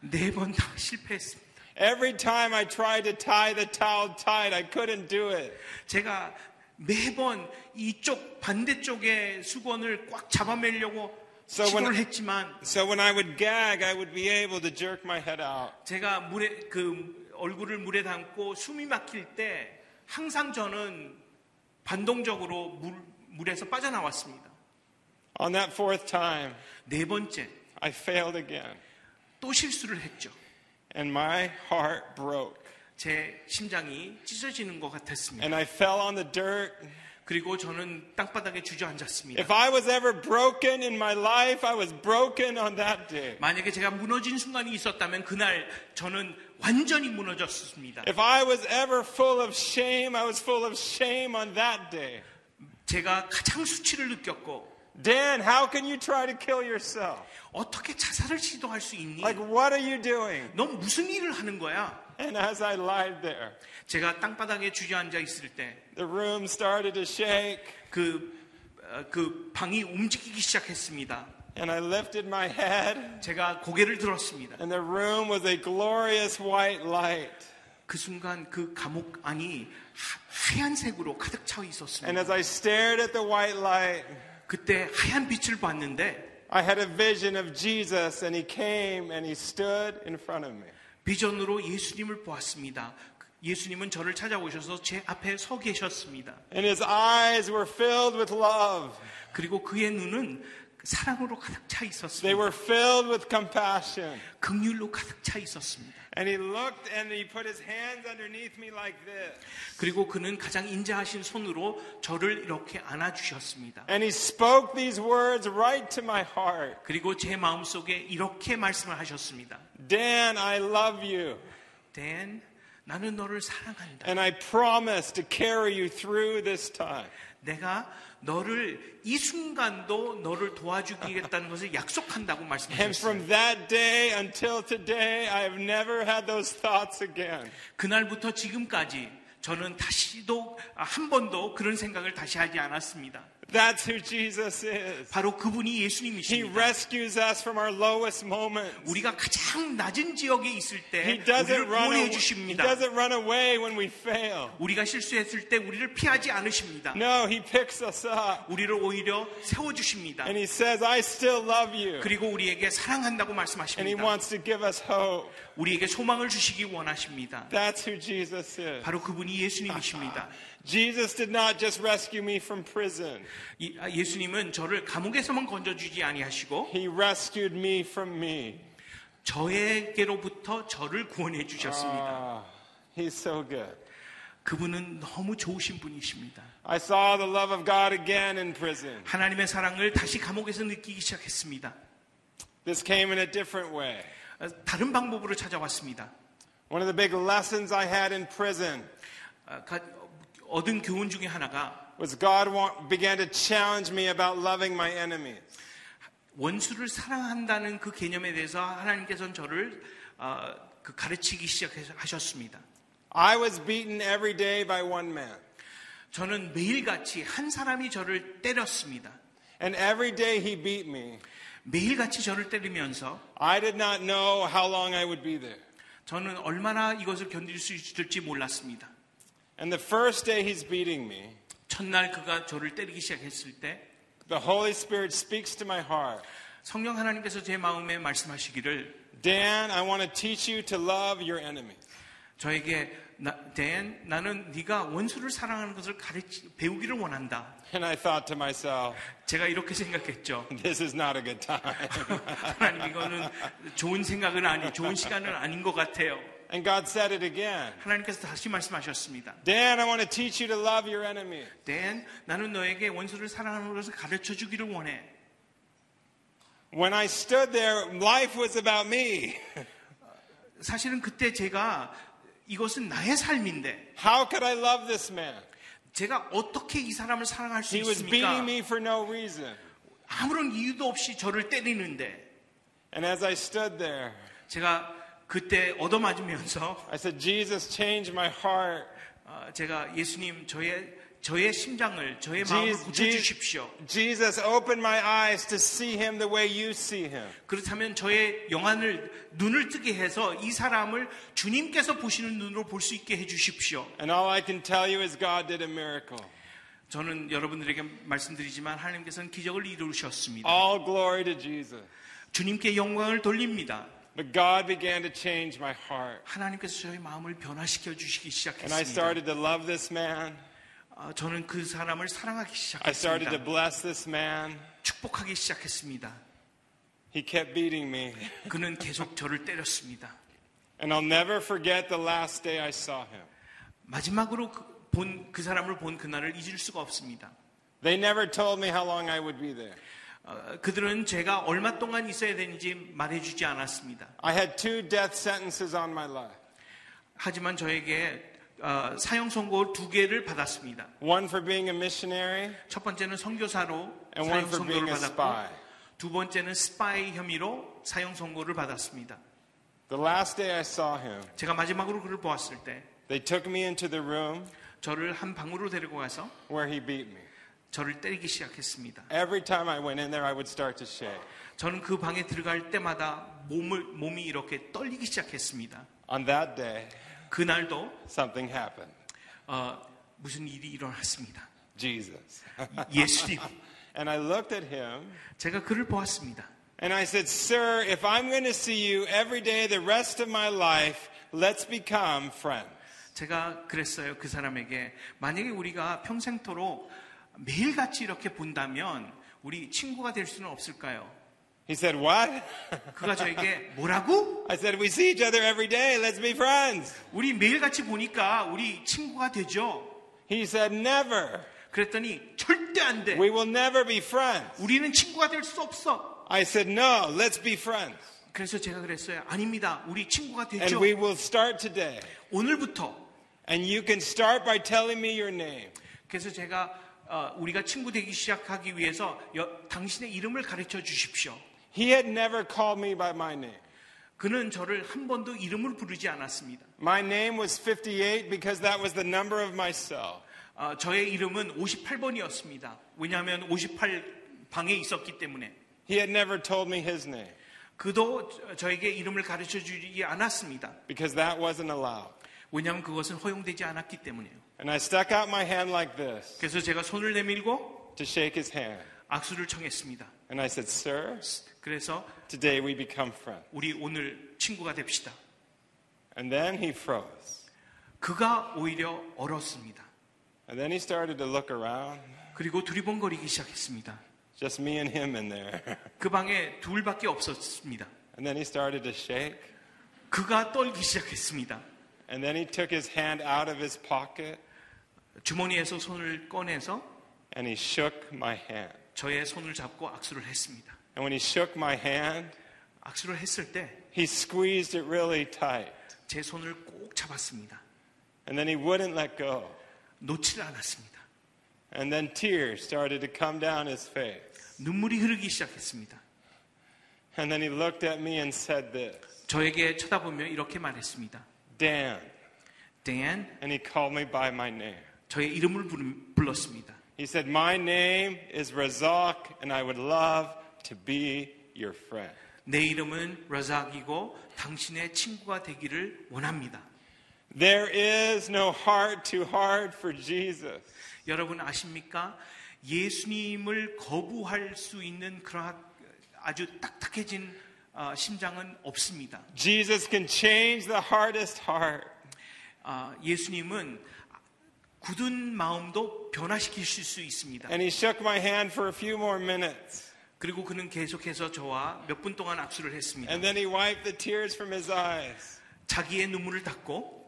B: 네 번 다 [laughs] 실패했습니다.
A: Every time I tried to tie the towel tight, I couldn't do it.
B: 제가 매번 이쪽 반대쪽에 수건을 꽉 잡아매려고
A: So when-
B: 시도를 했지만
A: So when I would gag, I would be able to jerk my head out.
B: 제가 물에 그 얼굴을 물에 담고 숨이 막힐 때 항상 저는 반동적으로 물, 물에서 빠져나왔습니다.
A: On that fourth time,
B: 네 번째
A: I failed again.
B: 또 실수를 했죠.
A: And my heart broke.
B: 제 심장이 찢어지는 것 같았습니다.
A: And I fell on the dirt
B: 그리고 저는 땅바닥에 주저앉았습니다.
A: If I was ever broken in my life, I was broken on that day.
B: 만약에 제가 무너진 순간이 있었다면 그날 저는 완전히 무너졌습니다.
A: If I was ever full of shame, I was full of shame on that day.
B: 제가 가장 수치를 느꼈고
A: Dan, how can you try to kill yourself?
B: 어떻게 자살을 시도할 수 있니?
A: Like, what are you doing?
B: 넌 무슨 일을 하는 거야?
A: And as I lied there,
B: 제가 땅바닥에 주저앉아 있을
A: the room started to shake,
B: 때 그 그 방이 움직이기 시작했습니다.
A: and I lifted my head,
B: 제가 고개를 들었습니다.
A: and the room was a glorious white light.
B: 그 순간 그 감옥 안이 하- 하얀색으로 가득 차 있었습니다.
A: And as I stared at the white light,
B: 그때 하얀 빛을 봤는데
A: I had a vision of Jesus, and he came and he stood in front of me.
B: 비전으로 예수님을 보았습니다. 그 예수님은 저를 찾아오셔서 제 앞에 서 계셨습니다.
A: And his eyes were filled with love.
B: 그리고 그의 눈은 사랑으로 가득 차
A: They
B: 있었습니다.
A: were filled with compassion.
B: 긍휼로 가득 차 있었습니다.
A: And he looked and he put his hands underneath me like this.
B: 그리고 그는 가장 인자하신 손으로 저를 이렇게 안아 주셨습니다.
A: And he spoke these words right to my heart.
B: 그리고 제 마음속에 이렇게 말씀을 하셨습니다.
A: Dan, I love you.
B: 댄, 나는 너를 사랑한다.
A: And I promise to carry you through this time.
B: 내가 너를 이 순간도 너를 도와주겠다는 것을 약속한다고
A: And
B: 말씀하셨어요.
A: from that day until today, I have never had those thoughts again.
B: 그날부터 지금까지 저는 다시도 아, 한 번도 그런 생각을 다시 하지 않았습니다.
A: That's who Jesus is.
B: 바로 그분이
A: He
B: 예수님이십니다.
A: rescues us from our lowest moments.
B: 우리가 가장 낮은 지역에 있을 때
A: He
B: 우리를
A: doesn't run,
B: 보호해
A: away, he
B: 주십니다.
A: doesn't run away when we fail.
B: 우리가 실수했을 때 우리를 피하지 않으십니다.
A: No, he picks us up
B: 우리를 오히려 세워 주십니다.
A: and he says, I still love you.
B: 그리고 우리에게 사랑한다고
A: And he
B: 말씀하십니다.
A: wants to give us hope.
B: 우리에게 소망을 주시기 원하십니다.
A: That's who Jesus is.
B: 바로 그분이 예수님이십니다.
A: Jesus did not just rescue me from prison,
B: 이- 아, 예수님은 저를 감옥에서만 건져주지 아니하시고
A: he rescued me from me.
B: 저에게로부터 저를 구원해 주셨습니다.
A: Ah, he's so good.
B: 그분은 너무 좋으신 분이십니다.
A: I saw the love of God again in prison.
B: 하나님의 사랑을 다시 감옥에서 느끼기 시작했습니다.
A: This came in a different way.
B: 아, 다른 방법으로 찾아왔습니다.
A: One of the big lessons I had in prison
B: 아, 가- 얻은 교훈 중에 하나가
A: was God wa- began to challenge me about loving my enemies.
B: 원수를 사랑한다는 그 개념에 대해서 하나님께서는 저를 아, 그 가르치기 시작하셨습니다.
A: I was beaten every day by one man.
B: 저는 매일같이 한 사람이 저를 때렸습니다.
A: And every day he beat me,
B: 매일같이 저를 때리면서
A: I did not know how long I would be there.
B: 저는 얼마나 이것을 견딜 수 있을지 몰랐습니다.
A: And the first day he's beating me,
B: 첫날 그가 저를 때리기 시작했을 때
A: the Holy Spirit speaks to my heart.
B: 성령 하나님께서 제 마음에 말씀하시기를
A: Dan, I want to teach you to love your enemies.
B: 저에게 나, 댄 나는 네가 원수를 사랑하는 것을 가르치 배우기를 원한다.
A: And I thought to myself,
B: 제가 이렇게 생각했죠.
A: [laughs]
B: [laughs]
A: this is not a good time.
B: 하나님 이거는 좋은 생각은 아니, 좋은 시간은 아닌 것 같아요.
A: and God said it again.
B: 하나님께서 다시 말씀하셨습니다.
A: Dan, I want to teach you to love your enemies.
B: 댄 나는 너에게 원수를 사랑하는 것을 가르쳐 주기를 원해.
A: When I stood there, life was about me.
B: 사실은 그때 제가 이것은 나의 삶인데
A: How could I love this man?
B: 제가 어떻게 이 사람을 사랑할 수
A: He was
B: 있습니까?
A: beating me for no reason.
B: 아무런 이유도 없이 저를 때리는데
A: And as I stood there,
B: 제가 그때 얻어맞으면서
A: I said, Jesus, change my heart.
B: 어, 제가 예수님 저의 저의 심장을 저의 마음을
A: Jesus,
B: 고쳐 주십시오.
A: Jesus, open my eyes to see him the way you see him.
B: 그렇다면 저의 영안을 눈을 뜨게 해서 이 사람을 주님께서 보시는 눈으로 볼 수 있게 해 주십시오.
A: And all I can tell you is God did a miracle.
B: 저는 여러분들에게 말씀드리지만 하나님께서는 기적을 이루셨습니다.
A: All glory to Jesus.
B: 주님께 영광을 돌립니다.
A: But God began to change my heart.
B: 하나님께서 저의 마음을 변화시켜 주시기
A: And I
B: 시작했습니다.
A: started to love this man.
B: 아, 저는 그 사람을 사랑하기
A: I started to
B: 시작했습니다.
A: bless this man.
B: 축복하기 시작했습니다.
A: He kept beating me.
B: 그는 계속 저를 때렸습니다.
A: And I'll never forget the last day I saw him.
B: 마지막으로 그, 본, 그 사람을 본 그날을 잊을 수가 없습니다.
A: They never told me how long I would be there.
B: 어, 그들은 제가 얼마 동안 있어야 되는지 말해주지 않았습니다.
A: I had two death sentences on my life
B: 하지만 저에게 어, 사형 선고 두 개를 받았습니다.
A: one for being a missionary,
B: 첫 번째는 선교사로
A: And one
B: 사형
A: for
B: 선고를
A: being a
B: 받았고
A: spy.
B: 두 번째는 스파이 혐의로 사형 선고를 받았습니다.
A: The last day I saw him,
B: 제가 마지막으로 그를 보았을 때
A: they took me into the room
B: 저를 한 방으로 데리고 가서
A: where he beat me.
B: 저를 때리기 시작했습니다.
A: Every time I went in there, I would start to shake.
B: 저는 그 방에 들어갈 때마다 몸을, 몸이 이렇게 떨리기 시작했습니다.
A: On that day,
B: 그날도
A: something happened
B: 어, 무슨 일이 일어났습니다.
A: Jesus. [laughs]
B: 예수님.
A: and I looked at him
B: 제가 그를 보았습니다.
A: and I said, Sir, if I'm going to see you every day the rest of my life, let's become friends.
B: 제가 그랬어요. 그 사람에게 만약에 우리가 평생토록 매일같이 이렇게 본다면 우리 친구가 될 수는 없을까요?
A: He said, What? [laughs]
B: 그가 저에게 뭐라고?
A: I said, We see each other every day. Let's be friends.
B: 우리 매일같이 보니까 우리 친구가 되죠.
A: He said, Never.
B: 그랬더니 절대 안 돼.
A: We will never be friends.
B: 우리는 친구가 될 수 없어.
A: I said, No, let's be friends.
B: 그래서 제가 그랬어요. 아닙니다. 우리 친구가
A: And
B: 되죠.
A: we will start today.
B: 오늘부터.
A: And you can start by telling me your name.
B: 그래서 제가 어, 우리가 친구 되기 시작하기 위해서 여- 당신의 이름을 가르쳐 주십시오.
A: He had never called me by my name.
B: 그는 저를 한 번도 이름을 부르지 않았습니다.
A: My name was 58 because that was the number of my cell.
B: 어, 저의 이름은 58번이었습니다. 왜냐하면 58 방에 있었기 때문에
A: He had never told me his name
B: 그도 저- 저에게 이름을 가르쳐 주지 않았습니다.
A: because that wasn't allowed.
B: 왜냐하면 그것은 허용되지 않았기 때문이에요.
A: And I stuck out my hand like this
B: 그래서 제가 손을 내밀고
A: to shake his hand.
B: 악수를 청했습니다.
A: And I said, Sir,
B: 그래서
A: today we become friends.
B: 우리 오늘 친구가 됩시다.
A: And then he froze.
B: 그가 오히려 얼었습니다.
A: And then he started to look around,
B: 그리고 두리번거리기 시작했습니다.
A: just me and him in there. [laughs]
B: 그 방에 둘밖에 없었습니다.
A: And then he started to shake.
B: 그가 떨기 시작했습니다.
A: And then he took his hand out of his pocket
B: 주머니에서 손을 꺼내서
A: and he shook my hand.
B: 저의 손을 잡고 악수를 했습니다.
A: And when he shook my hand,
B: 악수를 했을 때
A: he squeezed it really tight.
B: 제 손을 꼭 잡았습니다.
A: And then he wouldn't let go.
B: 놓지를 않았습니다.
A: And then tears started to come down his face.
B: 눈물이 흐르기 시작했습니다.
A: And then he looked at me and said this
B: 저에게 쳐다보며 이렇게 말했습니다.
A: Dan.
B: Dan,
A: And he called me by my name.
B: 저의 이름을 부름- 불렀습니다.
A: He said, My name is Razak, and I would love to be your friend.
B: 내 이름은 라작이고 당신의 친구가 되기를 원합니다.
A: There is no heart too hard for Jesus.
B: 여러분 아십니까? 예수님을 거부할 수 있는 그러한 아주 딱딱해진 어, 심장은 없습니다.
A: Jesus can change the hardest heart.
B: 아, 예수님은 굳은 마음도 변화시키실 수 있습니다.
A: And he shook my hand for a few more minutes.
B: 그리고 그는 계속해서 저와 몇 분 동안 악수를 했습니다.
A: And then he wiped the tears from his eyes.
B: 자기의 눈물을 닦고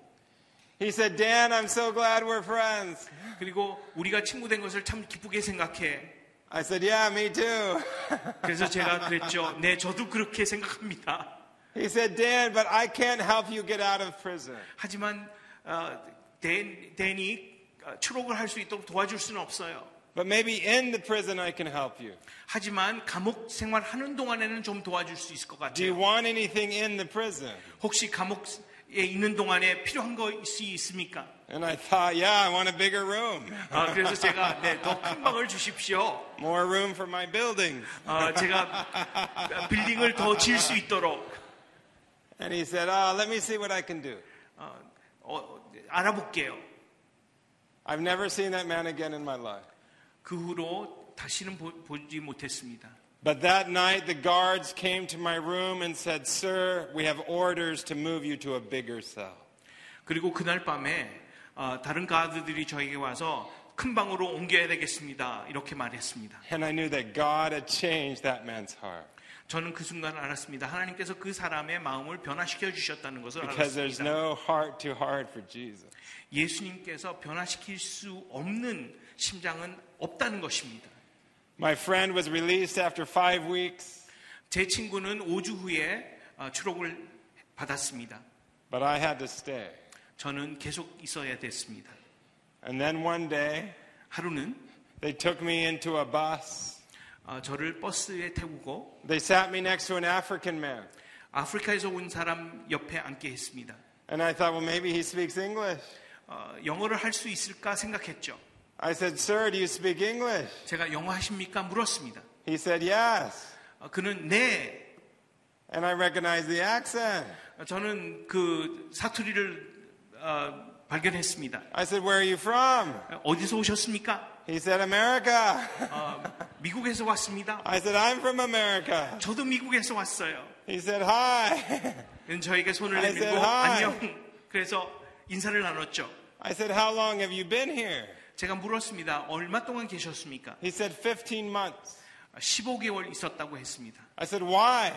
A: He said, Dan, I'm so glad we're friends.
B: 그리고 우리가 친구 된 것을 참 기쁘게 생각해.
A: I said, Yeah, me too. [laughs]
B: 그래서 제가 그랬죠. 네, 저도 그렇게 생각합니다.
A: He said, Dan, but I can't help you get out of prison.
B: 하지만 어, 댄, 댄이 어, 추록을 할 수 있도록 도와줄 수는 없어요.
A: But maybe in the prison I can help you.
B: 하지만 감옥 생활하는 동안에는 좀 도와줄 수 있을 것
A: Do
B: 같아요.
A: you want anything in the prison?
B: 혹시 감옥에 있는 동안에 필요한 것이 있습니까?
A: And I thought, Yeah, I want a bigger room.
B: 아, 그래서 제가 네, 더 큰 방을 주십시오.
A: More room for my building.
B: 아, 제가 빌딩을 더 지을 수 있도록
A: And he said, Oh, let me see what I can do.
B: 어, 어, 알아볼게요.
A: I've never seen that man again in my life.
B: 그 후로 다시는 보, 보지 못했습니다.
A: But that night, the guards came to my room and said, Sir, we have orders to move you to a bigger cell.
B: 그리고 그날 밤에 어, 다른 가드들이 저에게 와서 큰 방으로 옮겨야 되겠습니다. 이렇게 말했습니다.
A: And I knew that God had changed that man's heart
B: 저는 그 순간 알았습니다. 하나님께서 그 사람의 마음을 변화시켜 주셨다는 것을
A: because there's
B: 알았습니다.
A: no heart too hard for Jesus.
B: 예수님께서 변화시킬 수 없는 심장은 없다는 것입니다.
A: My friend was released after five weeks,
B: 제 친구는 5주 후에 어, 추록을 받았습니다.
A: but I had to stay.
B: 저는 계속 있어야 됐습니다.
A: And then one day,
B: 하루는
A: they took me into a bus.
B: 어, 저를 버스에 태우고
A: They sat me next to an African man.
B: 아프리카에서 온 사람 옆에 앉게 했습니다.
A: And I thought, well, maybe he speaks English.
B: 어, 영어를 할 수 있을까 생각했죠.
A: I said, Sir, do you speak English?
B: 제가 영어 하십니까? 물었습니다.
A: He said, Yes.
B: 어, 그는 네.
A: And I recognized the accent.
B: 어, 저는 그 사투리를 어, 발견했습니다.
A: I said, Where are you from?
B: 어, 어디서 오셨습니까?
A: He said, America. [laughs]
B: 어, 미국에서 왔습니다.
A: I said, I'm from America.
B: 저도 미국에서 왔어요.
A: He 사id hi. [laughs]
B: 저에게 손을
A: I said
B: 내밀고
A: hi.
B: 안녕. 그래서 인사를 나눴죠.
A: I said, How long have you been here?
B: 제가 물었습니다. 얼마 동안 계셨습니까?
A: He said, 15 months.
B: 15개월 있었다고 했습니다.
A: I said, Why?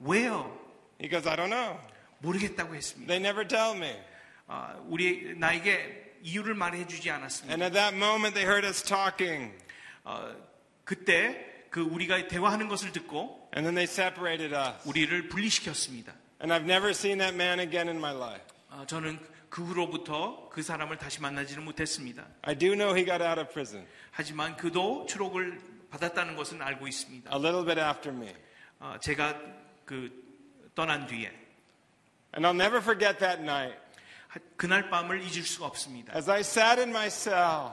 B: 왜요?
A: He goes, I don't know.
B: 모르겠다고 했습니다.
A: They never tell me.
B: 아, 우리 나에게 이유를 말해 주지 않았습니다.
A: And at that moment, they heard us talking.
B: 어, 그때 그 우리가 대화하는 것을 듣고
A: And then they separated us.
B: 우리를 분리시켰습니다.
A: And I've never seen that man again in my life.
B: 어, 저는 그 후로부터 그 사람을 다시 만나지는 못했습니다.
A: I do know he got out of prison
B: 하지만 그도 추록을 받았다는 것은 알고 있습니다.
A: a little bit after me.
B: 어, 제가 그 떠난 뒤에
A: And I'll never forget that night.
B: 하- 그날 밤을 잊을 수가 없습니다.
A: As I sat in my cell,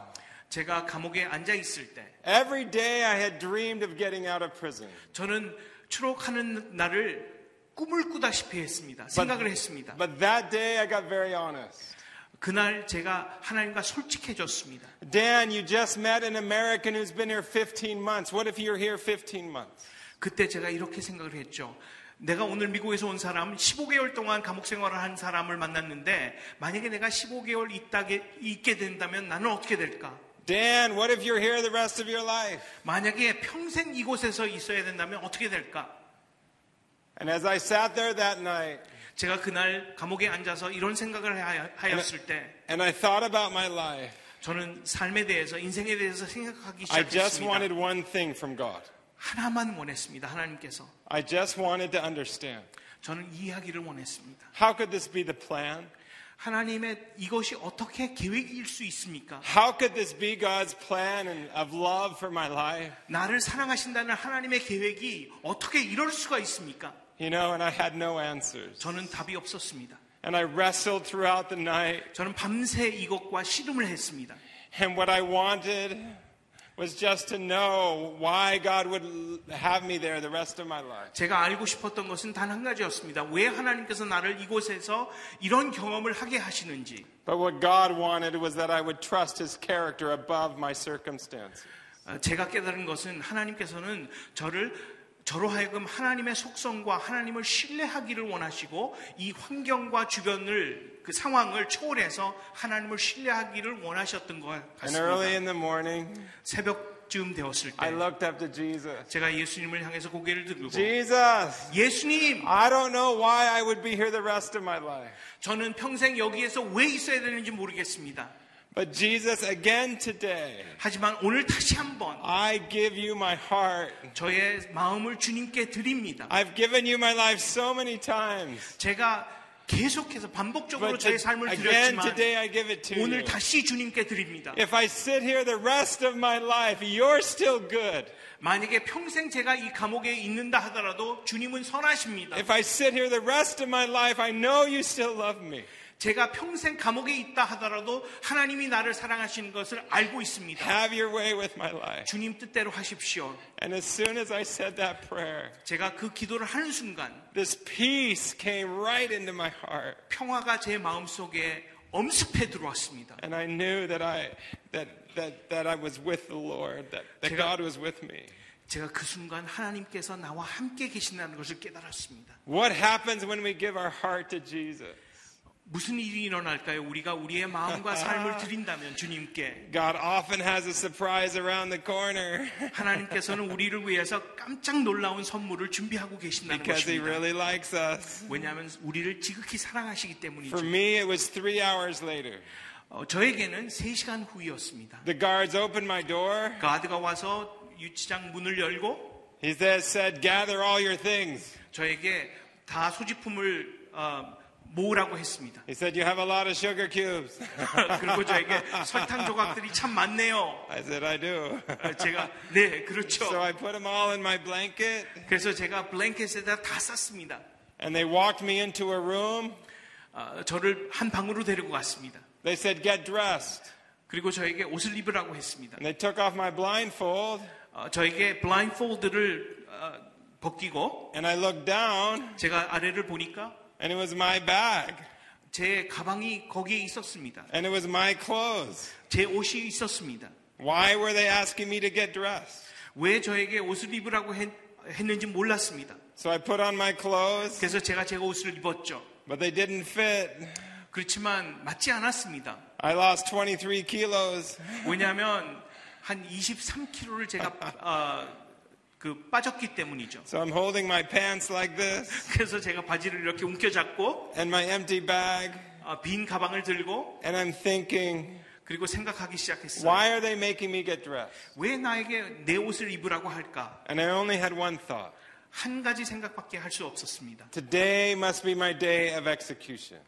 B: 제가 감옥에 앉아 있을 때
A: every day I had dreamed of getting out of prison.
B: 저는 추록하는 날을 꿈을 꾸다시피 했습니다. 생각을 했습니다.
A: But that day I got very honest.
B: 그날 제가 하나님과 솔직해졌습니다.
A: Dan, you just met an American who's been here 15 months. What if you're here 15 months?
B: 그때 제가 이렇게 생각을 했죠. 내가 오늘 미국에서 온 사람, 15개월 동안 감옥 생활을 한 사람을 만났는데, 만약에 내가 15개월 있다게, 있게 된다면 나는 어떻게 될까?
A: Dan, what if you're here the rest of your life?
B: 만약에 평생 이곳에서 있어야 된다면 어떻게 될까?
A: And as I sat there that night
B: 제가 그날 감옥에 앉아서 이런 생각을 하여- 하였을 때,
A: and I thought about my life,
B: 저는 삶에 대해서, 인생에 대해서 생각하기
A: I just wanted
B: 시작했습니다.
A: one thing from God.
B: 하나만 원했습니다. 하나님께서.
A: I just wanted to understand.
B: 저는 이해하기를 원했습니다.
A: How could this be the plan?
B: 하나님의 이것이 어떻게 계획일 수 있습니까?
A: How could this be God's plan and of love for my life?
B: 나를 사랑하신다는 하나님의 계획이 어떻게 이럴 수가 있습니까?
A: You know, and I had no answers.
B: 저는 답이 없었습니다.
A: And I wrestled throughout the night,
B: 저는 밤새 이것과 씨름을 했습니다.
A: and what I wanted was just to know why God would l- have me there the rest of my life.
B: 제가 알고 싶었던 것은 단 한 가지였습니다. 왜 하나님께서 나를 이곳에서 이런 경험을 하게 하시는지.
A: But what God wanted was that I would trust his character above my circumstances.
B: 어, 제가 깨달은 것은 하나님께서는 저를 저로 하여금 하나님의 속성과 하나님을 신뢰하기를 원하시고 이 환경과 주변을 그 상황을 초월해서 하나님을 신뢰하기를 원하셨던 것
A: And early
B: 같습니다.
A: in the morning,
B: 새벽쯤 되었을 때
A: I looked up to Jesus.
B: 제가 예수님을 향해서 고개를 들고
A: Jesus,
B: 예수님
A: I don't know why I would be here the rest of my life.
B: 저는 평생 여기에서 왜 있어야 되는지 모르겠습니다.
A: But Jesus, again today,
B: 하지만 오늘 다시 한번
A: I give you my heart.
B: 저의 마음을 주님께 드립니다.
A: I've given you my life so many times.
B: 제가 계속해서 반복적으로
A: But
B: 저의
A: to-
B: 삶을
A: again
B: 드렸지만
A: today, I give it to
B: 오늘
A: you.
B: 다시 주님께 드립니다.
A: If I sit here the rest of my life, you're still good.
B: 만약에 평생 제가 이 감옥에 있는다 하더라도 주님은 선하십니다.
A: If I sit here the rest of my life, I know you still love me.
B: 제가 평생 감옥에 있다 하더라도 하나님이 나를 사랑하시는 것을 알고 있습니다.
A: Have your way with my life.
B: 주님 뜻대로 하십시오.
A: And as soon as I said that prayer,
B: 제가 그 기도를 하는 순간
A: this peace came right into my heart.
B: 평화가 제 마음속에 엄습해 들어왔습니다.
A: And I knew that I that that that I was with the Lord, that, that
B: 제가-
A: God was with me.
B: 제가 그 순간 하나님께서 나와 함께 계신다는 것을 깨달았습니다.
A: What happens when we give our heart to Jesus?
B: 무슨 일이 일어날까요? 우리가 우리의 마음과 삶을 드린다면 주님께
A: God often has a surprise around the corner
B: 하나님께서는 우리를 위해서 깜짝 놀라운 선물을 준비하고 계신다는
A: because he
B: 것입니다.
A: really likes us.
B: 왜냐하면 우리를 지극히 사랑하시기 때문이죠.
A: For me, it was three hours later.
B: 어, 저에게는 3시간 후이었습니다.
A: The guards opened my door.
B: 가드가 와서 유치장 문을 열고
A: He says, said, gather all your things.
B: 저에게 다 소지품을 어, 모으라고 했습니다.
A: He said, you have a lot of sugar cubes.
B: [laughs]
A: [laughs]
B: 그리고 저에게 설탕 조각들이 참 많네요.
A: I said, I do. [laughs]
B: 어, 제가 네 그렇죠.
A: So I put them all in my blanket,
B: 그래서 제가 블랭켓에다 다 쌌습니다.
A: and they walked me into a room.
B: 아, 저를 한 방으로 데리고 갔습니다.
A: They said, Get dressed.
B: 그리고 저에게 옷을 입으라고 했습니다.
A: And they took off my blindfold,
B: 어, 저에게 블라인폴드를 어, 벗기고
A: and I looked down,
B: 제가 아래를 보니까
A: and it was my bag,
B: 제 가방이 거기에 있었습니다.
A: and it was my clothes.
B: 제 옷이 있었습니다.
A: Why were they asking me to get dressed?
B: 왜 저에게 옷을 입으라고 했, 했는지 몰랐습니다.
A: So I put on my clothes,
B: 그래서 제가 제 옷을 입었죠.
A: but they didn't fit.
B: 그렇지만 맞지 않았습니다.
A: I lost 23 kilos.
B: 왜냐하면 한 23kg를 제가 어, 그 빠졌기 때문이죠.
A: So I'm holding my pants like this
B: 그래서 제가 바지를 이렇게 움켜잡고
A: and my empty bag,
B: 아, 빈 가방을 들고
A: and I'm thinking,
B: 그리고 생각하기 시작했어요.
A: why are they making me get dressed?
B: 왜 나에게 내 옷을 입으라고 할까?
A: And I only had one thought
B: 한 가지 생각밖에 할 수 없었습니다.
A: today must be my day of execution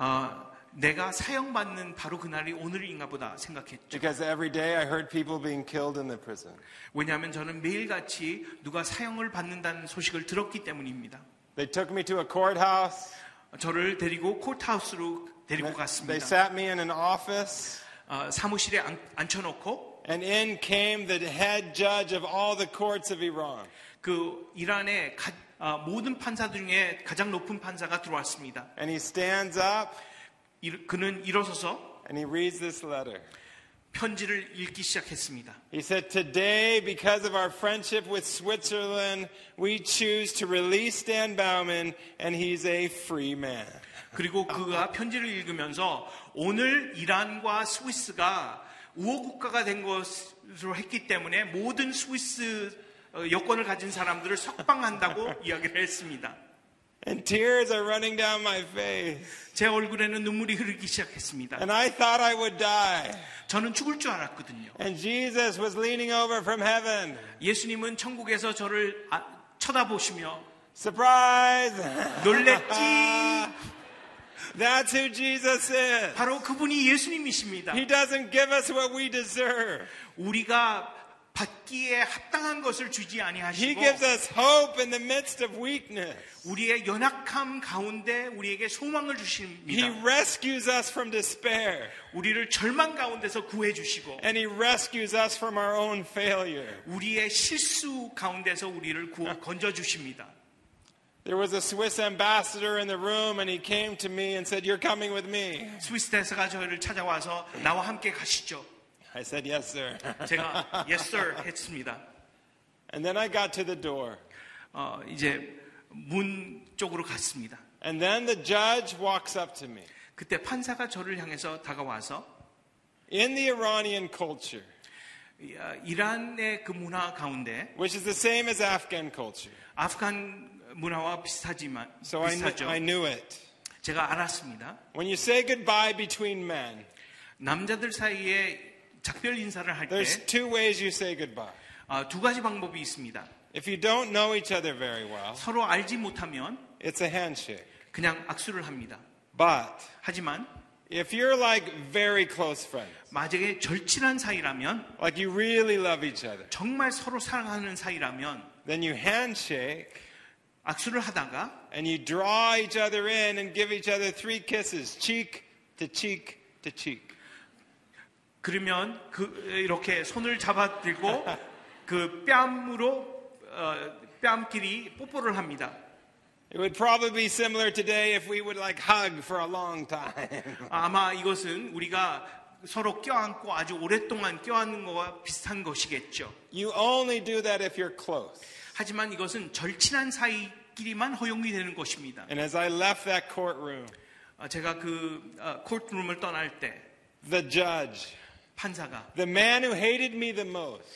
B: 아, 내가 사형받는 바로 그날이 오늘인가 보다 생각했죠.
A: because every day I heard people being killed in the prison.
B: 왜냐하면 저는 매일같이 누가 사형을 받는다는 소식을 들었기 때문입니다.
A: They took me to a courthouse,
B: 저를 데리고 코트하우스로
A: 네,
B: 데리고
A: they
B: 갔습니다.
A: sat me in an office.
B: 아, 사무실에 안- 앉혀놓고
A: And in came the head judge of all the courts of Iran.
B: 그 이란의 가- 아, 모든 판사 중에 가장 높은 판사가 들어왔습니다.
A: And he stands up
B: 일- 그는 일어서서
A: and he reads this letter.
B: 편지를 읽기 시작했습니다.
A: He said, Today, because of our friendship with Switzerland, we choose to release Dan Bauman, and he's a free man.
B: 그리고 그가 편지를 읽으면서 오늘 이란과 스위스가 우호국가가 된 것으로 했기 때문에 모든 스위스 어, 여권을 가진
A: [laughs]
B: 사람들을 석방한다고 이야기를 했습니다.
A: And tears are running down my face.
B: 제 얼굴에는 눈물이 흐르기 시작했습니다.
A: And I thought I would die.
B: 저는 죽을 줄 알았거든요.
A: And Jesus was leaning over from heaven.
B: 예수님은 천국에서 저를 아- 쳐다보시며
A: Surprise! [laughs]
B: 놀랬지.
A: That's who Jesus is.
B: 바로 그분이 예수님이십니다.
A: He doesn't give us what we deserve.
B: 우리가 받기에 합당한 것을 주지
A: He
B: 아니하시고
A: gives us hope in the midst of weakness.
B: 우리의 연약함 가운데 우리에게 소망을
A: He
B: 주십니다.
A: rescues us from despair.
B: 우리를 절망 가운데서 구해 주시고
A: And he rescues us from our own failure.
B: 우리의 실수 가운데서 우리를 구워 건져 주십니다.
A: There was a Swiss ambassador in the room, and he came to me and said, You're coming with me.
B: 스위스 대사가 저를 찾아와서 나와 함께 가시죠.
A: I said, Yes, sir.
B: 제가 yes sir 했습니다.
A: [laughs] And then I got to the door.
B: 어, 이제 문 쪽으로 갔습니다.
A: And then the judge walks up to me.
B: 그때 판사가 저를 향해서 다가와서
A: In the Iranian culture,
B: 야, 이란의 그 문화 가운데
A: which is the same as Afghan culture,
B: 아프간 문화와 비슷하지만
A: so I, kn-
B: 비슷하죠.
A: I knew it.
B: 제가 알았습니다.
A: When you say goodbye between men,
B: 남자들 사이에 작별 인사를 할 때
A: there's
B: 두
A: two ways you say goodbye.
B: 가지 방법이 있습니다.
A: If you don't know each other very well,
B: 서로 알지 못하면
A: it's a handshake.
B: 그냥 악수를 합니다.
A: But
B: 하지만
A: if you're like very close friends,
B: 만약에 절친한 사이라면
A: like you really love each other,
B: 정말 서로 사랑하는 사이라면
A: then you handshake
B: 악수를 하다가
A: and you draw each other in and give each other three kisses, cheek to cheek to cheek.
B: 그러면 그 이렇게 손을 잡아들고 그 뺨으로 어, 뺨끼리 뽀뽀를 합니다.
A: It would probably be similar today if we would like hug for a long time. [laughs]
B: 아마 이것은 우리가 서로 껴안고 아주 오랫동안 껴안는 것과 비슷한 것이겠죠.
A: you only do that if you're close.
B: 하지만 이것은 절친한 사이끼리만 허용이 되는 것입니다.
A: And as I left that courtroom,
B: 어, 제가 그 어, 콜트룸을 떠날 때
A: the judge,
B: 판사가
A: the man who hated me the most,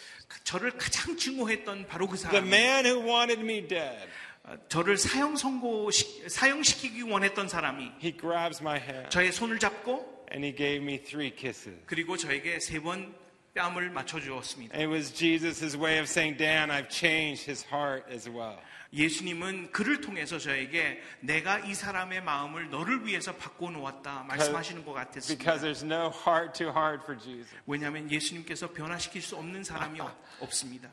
B: 저를 가장 증오했던 바로 그
A: the
B: 사람,
A: man who wanted me dead,
B: 어, 저를 사형 선고 사형시키기 원했던 사람이
A: he grabs my hand
B: 저의 손을 잡고
A: and he gave me three kisses.
B: 그리고 저에게 세 번 뺨을 맞춰 주었습니다.
A: It was Jesus' way of saying, Dan, I've changed his heart as well.
B: 예수님은 그를 통해서 저에게 내가 이 사람의 마음을 너를 위해서 바꿔 놓았다 말씀하시는 것 같았습니다.
A: Because there's no heart too hard for Jesus.
B: 왜냐하면 예수님께서 변화시킬 수 없는 사람이 없- 없습니다.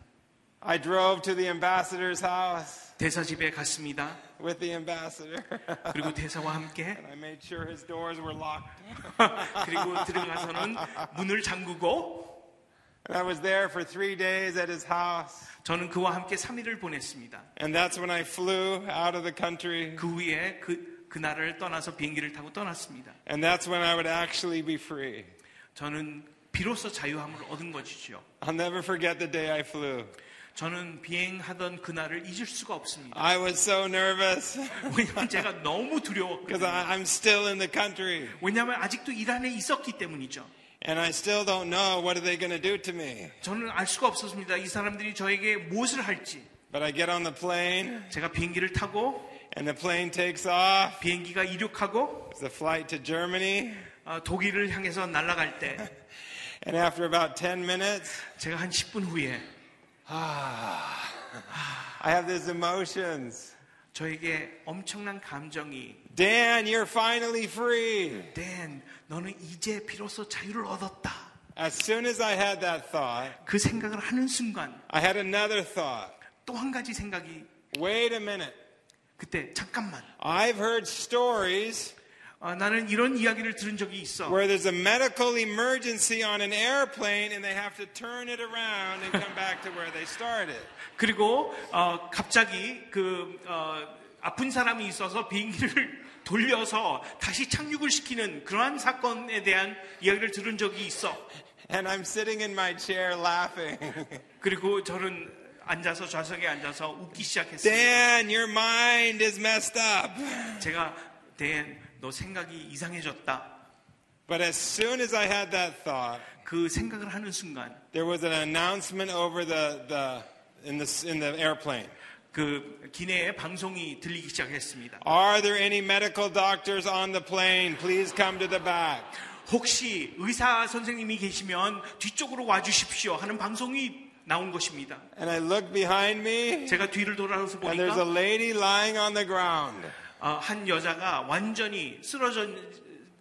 A: I drove to the ambassador's house
B: 대사 집에 갔습니다.
A: with the ambassador, [laughs]
B: 그리고 대사와 함께
A: and I made sure his doors were locked.
B: 그리고 들어가서는 문을 잠그고
A: And I was there for three days at his house.
B: 저는 그와 함께 3일을 보냈습니다.
A: And that's when I flew out of the country.
B: 그 후에 그 그날을 떠나서 비행기를 타고 떠났습니다.
A: And that's when I would actually be free.
B: 저는 비로소 자유함을 얻은 것이죠.
A: I'll never forget the day I flew.
B: 저는 비행하던 그날을 잊을 수가 없습니다.
A: I was so nervous [laughs]
B: 왜냐하면 제가 너무
A: because
B: 두려웠거든요.
A: I'm still in the country.
B: 왜냐하면 아직도 이란에 있었기 때문이죠.
A: And I still don't know what are they going to do to me.
B: 저는 알 수가 없었습니다. 이 사람들이 저에게 무엇을 할지.
A: But I get on the plane,
B: 제가 비행기를 타고
A: and the plane takes off.
B: 비행기가 이륙하고
A: It's a flight to Germany.
B: 어, 독일을 향해서 날아갈 때
A: And after about 10 minutes,
B: 제가 한 10분 후에
A: I have these emotions.
B: 저에게 엄청난 감정이
A: Dan, you're finally free.
B: 댄 너는 이제 비로소 자유를 얻었다.
A: As soon as I had that thought,
B: 그 생각을 하는 순간
A: I had another thought.
B: 또 한 가지 생각이
A: Wait a minute.
B: 그때 잠깐만
A: I've heard stories
B: 어, 나는 이런 이야기를 들은 적이 있어.
A: where there's a medical emergency on an airplane and they have to turn it around and come back to where they started.
B: 그리고 어, 갑자기 그 어, 아픈 사람이 있어서 비행기를 [laughs] 돌려서 다시 착륙을 시키는 그러한 사건에 대한 이야기를 들은 적이 있어.
A: And I'm sitting in my chair laughing. [laughs]
B: 그리고 저는 앉아서 좌석에 앉아서 웃기 시작했어요.
A: Dan, your mind is messed up.
B: 제가 댄, 너 생각이 이상해졌다.
A: But as soon as I had that thought,
B: 그 생각을 하는 순간
A: there was an announcement over the, the, in, the in the airplane.
B: 그 기내에 방송이 들리기 시작했습니다.
A: Are there any medical doctors on the plane? Please come to the back.
B: 혹시 의사 선생님이 계시면 뒤쪽으로 와주십시오 하는 방송이 나온 것입니다.
A: And I look behind me,
B: 제가 뒤를 돌아서
A: and there's a
B: 보니까
A: lady lying on the ground.
B: 어, 한 여자가 완전히 쓰러진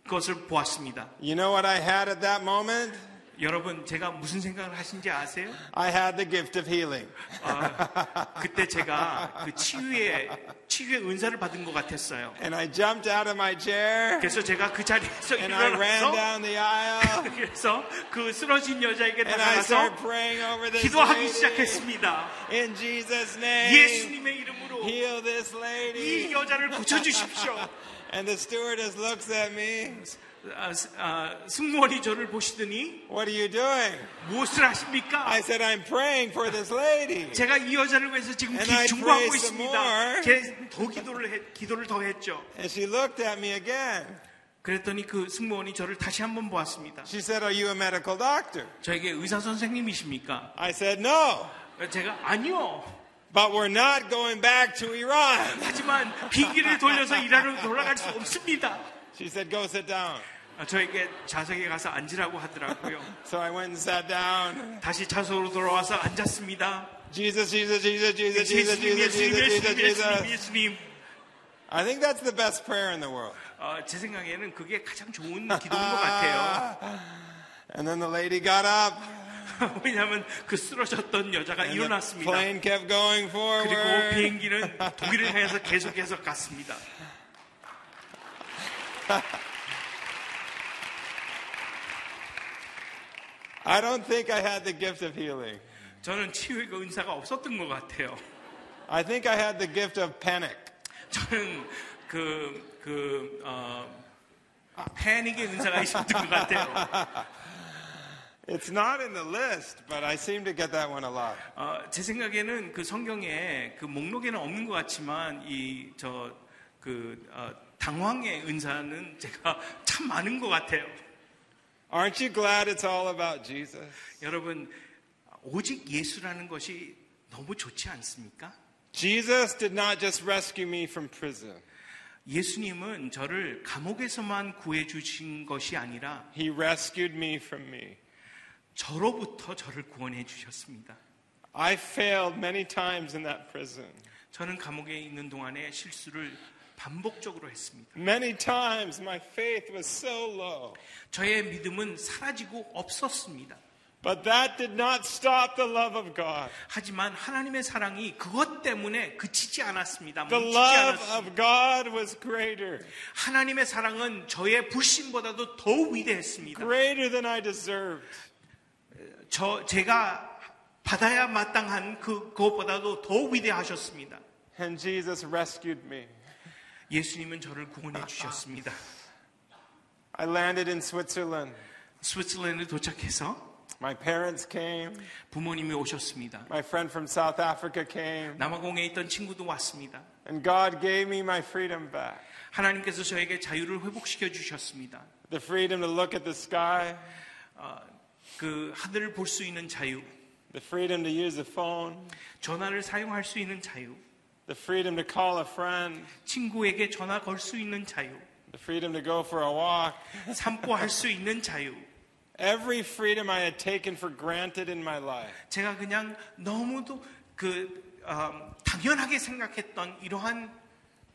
B: 것을 보았습니다.
A: You know what I had at that moment?
B: 여러분 제가 무슨 생각을 하신지 아세요?
A: I had the gift of healing.
B: 어, 그때 제가 그 치유의 치유의 은사를 받은 것 같았어요.
A: And I jumped out of my chair,
B: 그래서 제가 그 자리에서
A: and I ran
B: 일어나서
A: down the aisle,
B: 그래서 그 쓰러진 여자에게
A: and I started
B: 다가가서
A: praying over this
B: 기도하기
A: lady.
B: 시작했습니다.
A: In Jesus' name,
B: 예수님의 이름으로
A: heal this
B: 이
A: lady.
B: 여자를 고쳐주십시오.
A: And the stewardess looks at me.
B: 아, 스- 아, 승무원이 저를 보시더니
A: What are you doing?
B: 무엇을 하십니까?
A: I said, I'm praying for this lady.
B: 제가 이 여자를 위해서 지금
A: And I
B: 기, 중보하고
A: prayed some
B: 있습니다.
A: more.
B: 제- 더 기도를 했- 기도를 더 했죠.
A: And she looked at me again.
B: 그랬더니 그 승무원이 저를 다시 한번 보았습니다.
A: She said, Are you a medical doctor?
B: 저에게 의사 선생님이십니까?
A: I said, No,
B: 제가 아니요.
A: but we're not going back to Iran.
B: 하지만 비기를 돌려서 일하러 돌아갈 수 없습니다.
A: She said, Go sit down.
B: 아, 저에게 좌석에 가서 앉으라고 하더라고요.
A: So I went and sat down.
B: 다시 좌석으로 돌아와서 앉았습니다.
A: Jesus, Jesus, Jesus, Jesus, Jesus,
B: 예수님,
A: Jesus,
B: 예수님,
A: Jesus,
B: 예수님,
A: Jesus,
B: 예수님,
A: Jesus.
B: 예수님.
A: I think that's the best prayer in the world.
B: 어, 제 생각에는 그게 가장 좋은 기도인 것 같아요.
A: Ah. And then the lady got up.
B: [laughs] 왜냐하면 그 쓰러졌던 여자가
A: And the
B: 일어났습니다.
A: plane kept going
B: 그리고
A: forward.
B: 비행기는 [laughs] 독일을 향해서 계속해서 갔습니다.
A: I don't think I had the gift of healing.
B: 저는 치유의 그 은사가 없었던 것 같아요. [laughs]
A: I think I had the gift of panic.
B: 저는 그, 그, 어, 아, 패닉의 은사가 있었던 것 같아요.
A: It's not in the list, but I seem to get that one a lot.
B: 어, 제 생각에는 그 성경에 그 목록에는 없는 것 같지만 이, 저, 그, 어, 당황의 은사는 [laughs] 제가 참 많은 것 같아요.
A: Aren't you glad it's all about Jesus?
B: 여러분, 오직 예수라는 것이 너무 좋지 않습니까?
A: Jesus did not just rescue me from prison,
B: 예수님은 저를 감옥에서만 구해주신 것이 아니라
A: He rescued me from me.
B: 저로부터 저를 구원해 주셨습니다.
A: I failed many times in that prison.
B: 저는 감옥에 있는 동안에 실수를 반복적으로 했습니다.
A: Many times my faith was so low.
B: 저의 믿음은 사라지고 없었습니다.
A: But that did not stop the love of God.
B: 하지만 하나님의 사랑이 그것 때문에 그치지 않았습니다.
A: The
B: 멈추지
A: love
B: 않았습니다.
A: of God was greater,
B: 하나님의 사랑은 저의 불신보다도 더욱 위대했습니다.
A: greater than I deserved.
B: 저 제가 받아야 마땅한 그 그것보다도 더 위대하셨습니다.
A: And Jesus rescued me.
B: 예수님은 저를 구원해 주셨습니다.
A: I landed in Switzerland.
B: 스위스랜드 도착해서
A: My parents came.
B: 부모님이 오셨습니다.
A: My friend from South Africa came.
B: 남아공에 있던 친구도 왔습니다.
A: And God gave me my freedom back
B: 하나님께서 저에게 자유를 회복시켜 주셨습니다.
A: the freedom to look at the sky,
B: 어, 아, 그 하늘을 볼 수 있는 자유,
A: the freedom to use the phone,
B: 전화를 사용할 수 있는 자유,
A: the freedom to call a friend,
B: 친구에게 전화 걸 수 있는 자유,
A: the freedom to go for a walk.
B: 삼고할 수 있는 자유.
A: Every freedom I had taken for granted in my life,
B: 제가 그냥 너무도 그 아, 당연하게 생각했던 이러한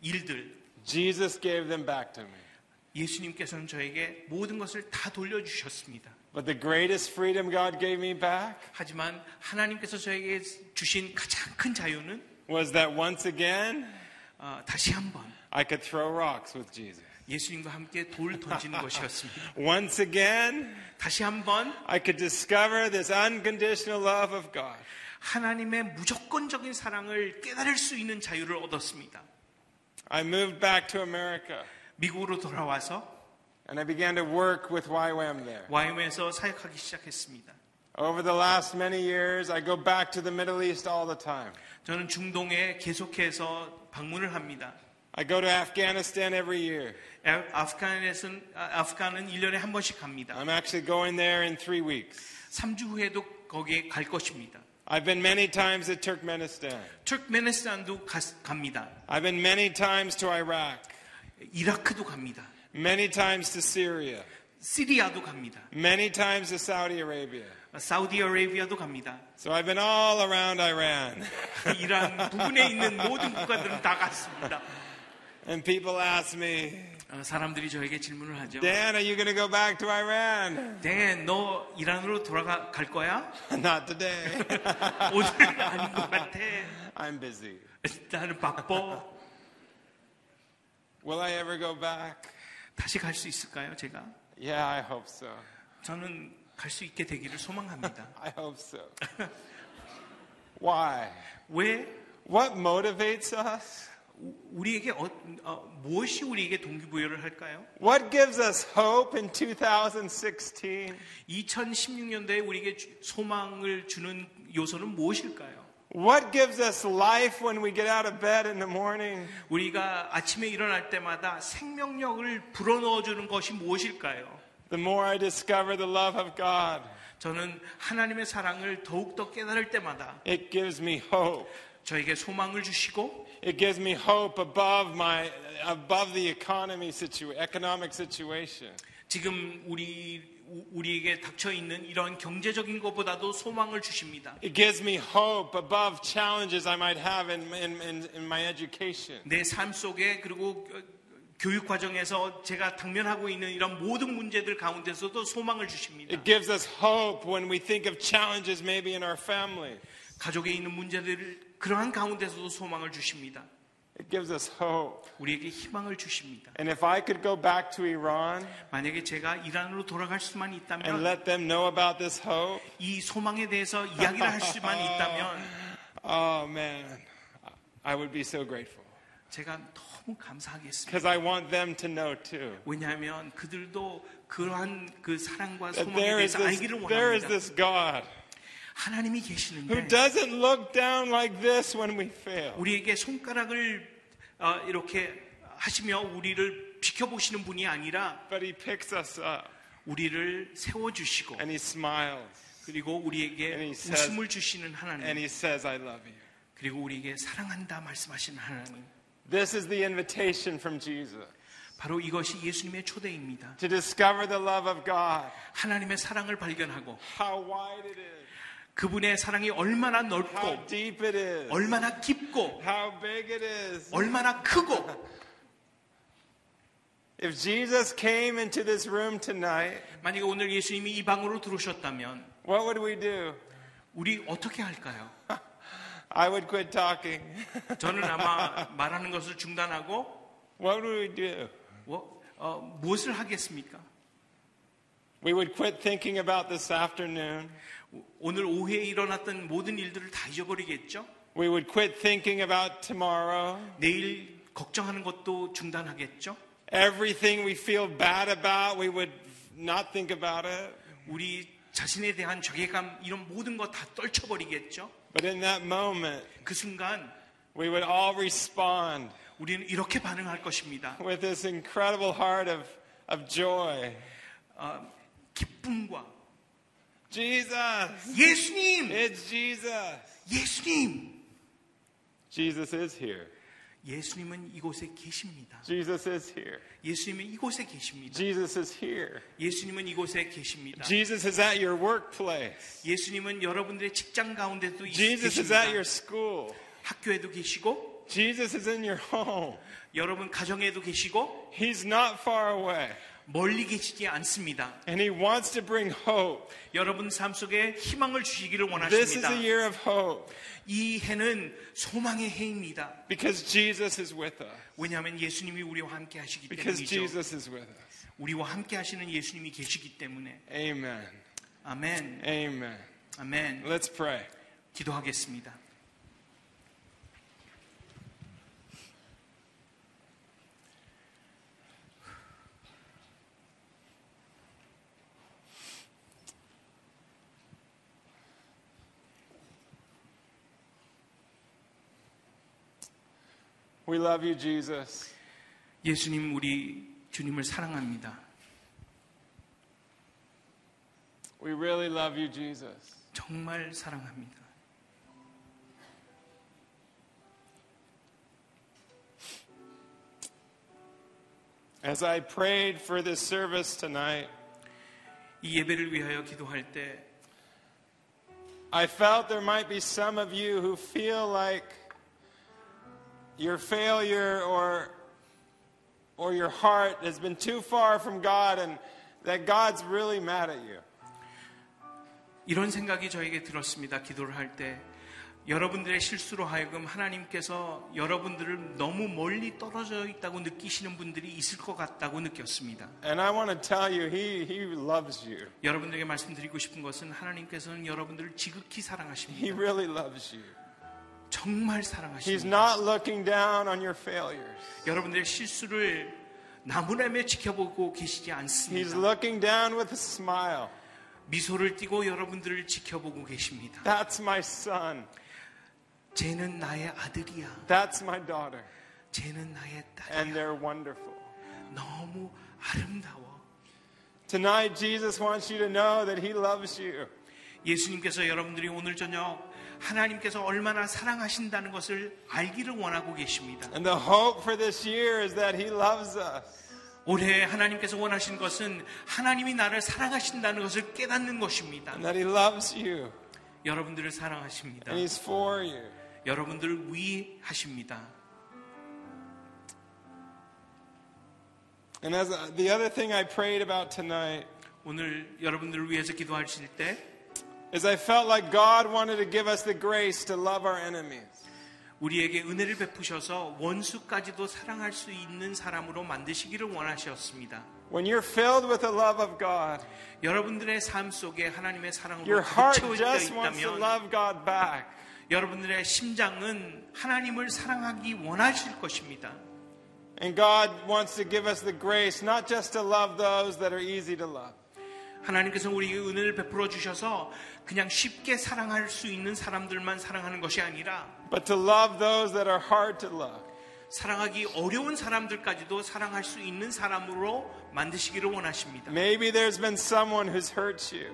B: 일들
A: Jesus gave them back to me.
B: 예수님께서는 저에게 모든 것을 다 돌려주셨습니다.
A: But the greatest freedom God gave me back
B: 하지만 하나님께서 저에게 주신 가장 큰 자유는
A: was that once again,
B: 아, 다시 한번
A: I could throw rocks with Jesus.
B: 예수님과 함께 돌 던지는 것이었습니다.
A: Once again,
B: 다시 한번
A: I could discover this unconditional love of God.
B: 하나님의 무조건적인 사랑을 깨달을 수 있는 자유를 얻었습니다.
A: I moved back to America
B: 미국으로 돌아와서
A: and I began to work with YWAM there.
B: YM에서 사역하기 시작했습니다.
A: Over the last many years, I go back to the Middle East all the time.
B: 저는 중동에 계속해서 방문을 합니다.
A: I go to Afghanistan every year.
B: 아- 아프간에선, 아, 아프간은 1년에 한 번씩 갑니다.
A: I'm actually going there in three weeks.
B: 3주 후에도 거기에 갈 것입니다.
A: I've been many times to Turkmenistan.
B: 투르크메니스탄도 가- 갑니다.
A: I've been many times to Iraq,
B: 이라크도 갑니다.
A: many times to Syria,
B: 시리아도 갑니다.
A: many times to Saudi Arabia.
B: 사우디아라비아도 갑니다.
A: So I've been all around Iran. [laughs]
B: 이란 부근에 있는 모든 국가들은 다 갔습니다.
A: And people ask me,
B: 어, 사람들이 저에게 질문을 하죠.
A: Dan, are you going to go back to Iran? [laughs]
B: 댄, 너 이란으로 돌아갈 거야?
A: Not today. [laughs]
B: 오늘은 아닌 것 같아.
A: I'm busy.
B: 나는 바빠.
A: Will I ever go back?
B: 다시 갈 수 있을까요, 제가?
A: Yeah, I hope so.
B: 저는 갈 수 있게
A: [laughs]
B: 되기를 소망합니다.
A: I hope so. Why?
B: 왜
A: What motivates us?
B: 우- 우리에게 어- 어, 무엇이 우리에게 동기부여를 할까요?
A: What gives us hope in 2016?
B: 2016년도에 우리에게 주- 소망을 주는 요소는 무엇일까요?
A: What gives us life when we get out of bed in the morning?
B: 우리가 아침에 일어날 때마다 생명력을 불어넣어주는 것이 무엇일까요?
A: The more I discover the love of God,
B: 저는 하나님의 사랑을 더욱더 깨달을 때마다
A: it gives me hope.
B: 저에게 소망을 주시고
A: It gives me hope above my above the economy situ- economic situation.
B: 지금 우리 우- 우리에게 닥쳐 있는 이런 경제적인 것보다도 소망을 주십니다.
A: It gives me hope above challenges I might have in, in, in, in my education.
B: 내 삶 속에 그리고 어, 교육 과정에서 제가 당면하고 있는 이런 모든 문제들 가운데서도 소망을 주십니다.
A: It gives us hope when we think of challenges maybe in our family.
B: 가족에 있는 문제들을 그러한 가운데서도 소망을 주십니다.
A: It gives us hope.
B: 우리에게 희망을 주십니다.
A: And if I could go back to Iran
B: 만약에 제가 이란으로 돌아갈 수만
A: and
B: 있다면
A: let them know about this hope,
B: 이 소망에 대해서 이야기를 할 수만 있다면
A: oh man, I would be so grateful.
B: 제가 너무 감사하겠습니다.
A: Because I want them to know too.
B: 왜냐하면 그들도 그러한 그 사랑과
A: That
B: 소망에
A: there is
B: 대해서
A: this,
B: 알기를
A: there is
B: 원합니다.
A: this God
B: 하나님이
A: who
B: 계시는데
A: doesn't look down like this when we fail.
B: 우리에게 손가락을 어, 이렇게 하시며 우리를 지켜보시는 분이 아니라
A: But he picks us up
B: 우리를 세워주시고
A: and he smiles
B: 그리고
A: And
B: 우리에게
A: he says-
B: 웃음을 주시는
A: and
B: 하나님
A: he says, I love you.
B: 그리고 우리에게 사랑한다 말씀하시는 하나님
A: This is the invitation from Jesus
B: 바로 이것이 예수님의 초대입니다.
A: to discover the love of God,
B: 하나님의 사랑을 발견하고
A: how wide it is,
B: 그분의 사랑이 얼마나
A: how
B: 넓고
A: deep it is,
B: 얼마나 깊고
A: how big it is.
B: 얼마나 크고
A: If Jesus came into this room tonight,
B: 만약에 오늘 예수님이 이 방으로 들어오셨다면
A: what would we do?
B: 우리 어떻게 할까요?
A: I would quit talking. [laughs]
B: 저는 아마 말하는 것을 중단하고
A: what would we do?
B: 뭐, 어, 무엇을 하겠습니까?
A: We would quit thinking about this afternoon.
B: 오- 오늘 오후에 일어났던 모든 일들을 다 잊어버리겠죠?
A: We would quit thinking about tomorrow.
B: 내일 걱정하는 것도 중단하겠죠?
A: Everything we feel bad about, we would not think about it.
B: 우리 자신에 대한 자괴감 이런 모든 거 다 떨쳐버리겠죠?
A: But in that moment,
B: 그 순간
A: we would all respond
B: 우리는 이렇게 반응할 것입니다.
A: with this incredible heart of, of joy
B: 어, 기쁨과
A: Jesus.
B: 예수님,
A: It's Jesus.
B: 예수님,
A: Jesus is here.
B: 예수님은 이곳에 계십니다.
A: Jesus is here.
B: 예수님은 이곳에 계십니다.
A: Jesus is here.
B: 예수님은 이곳에 계십니다.
A: Jesus is at your workplace.
B: 예수님은 여러분들의 직장 가운데도
A: Jesus is at your
B: 계십니다.
A: school.
B: 학교에도 계시고
A: Jesus is in your home.
B: 여러분 가정에도 계시고
A: He's not far away.
B: 멀리 계시지 않습니다.
A: And He wants to bring hope.
B: 여러분 삶 속에 희망을 주시기를
A: This is
B: 원하십니다.
A: a year of hope
B: 이 해는 소망의 해입니다.
A: because Jesus is with us.
B: 왜냐하면 예수님이 우리와 함께 하시기
A: Because
B: 때문이죠.
A: Jesus is with us.
B: 우리와 함께 하시는 예수님이 계시기 때문에
A: Amen.
B: 아멘,
A: Amen.
B: 아멘.
A: Let's pray.
B: 기도하겠습니다.
A: We love you, Jesus.
B: 예수님, 우리 주님을 사랑합니다.
A: We really love you, Jesus.
B: 정말 사랑합니다.
A: As I prayed for this service tonight,
B: 이 예배를 위하여 기도할 때
A: I felt there might be some of you who feel like your failure or or your heart has been too far from God and that God's really mad at you.
B: 이런 생각이 저에게 들었습니다. 기도를 할 때. 여러분들의 실수로 하여금 하나님께서 여러분들을 너무 멀리 떨어져 있다고 느끼시는 분들이 있을 것 같다고 느꼈습니다.
A: And I want to tell you he he loves you.
B: 여러분들에게 말씀드리고 싶은 것은 하나님께서는 여러분들을 지극히
A: He
B: 사랑하십니다.
A: really loves you.
B: 정말
A: He's
B: 사랑하십니다.
A: not looking down on your failures.
B: 여러분들의 실수를 나무라며 지켜보고 계시지
A: He's
B: 않습니다.
A: looking down with a smile.
B: 미소를 띠고 여러분들을 지켜보고 계십니다.
A: That's my son.
B: 쟤는 나의 아들이야.
A: That's my daughter.
B: 쟤는 나의
A: And
B: 딸이야.
A: they're wonderful.
B: 너무 아름다워.
A: Tonight, Jesus wants you to know that He loves you.
B: 예수님께서 여러분들이 오늘 저녁 하나님께서 얼마나 사랑하신다는 것을 알기를 원하고 계십니다.
A: And the hope for this year is that He loves us.
B: 올해 하나님께서 원하신 것은 하나님이 나를 사랑하신다는 것을 깨닫는 것입니다.
A: And that He loves you.
B: 여러분들을 사랑하십니다.
A: And He's for you.
B: 여러분들을 위하십니다.
A: And as uh, the other thing I prayed about tonight
B: 오늘 여러분들을 위해서 기도하실 때
A: is I felt like God wanted to give us the grace to love our enemies.
B: 우리에게 은혜를 베푸셔서 원수까지도 사랑할 수 있는 사람으로 만드시기를 원하셨습니다.
A: When you're filled with the love of God,
B: 여러분들의 삶 속에 하나님의 사랑으로
A: your heart
B: 채워져
A: just wants to
B: 있다면
A: love God back.
B: 여러분들의 심장은 하나님을 사랑하기 원하실 것입니다.
A: And God wants to give us the grace not just to love those that are easy to love,
B: 하나님께서 우리에게 은혜를 베풀어 주셔서 그냥 쉽게 사랑할 수 있는 사람들만 사랑하는 것이 아니라
A: but to love those that are hard to love.
B: 사랑하기 어려운 사람들까지도 사랑할 수 있는 사람으로 만드시기를 원하십니다.
A: Maybe there's been someone who's hurt you.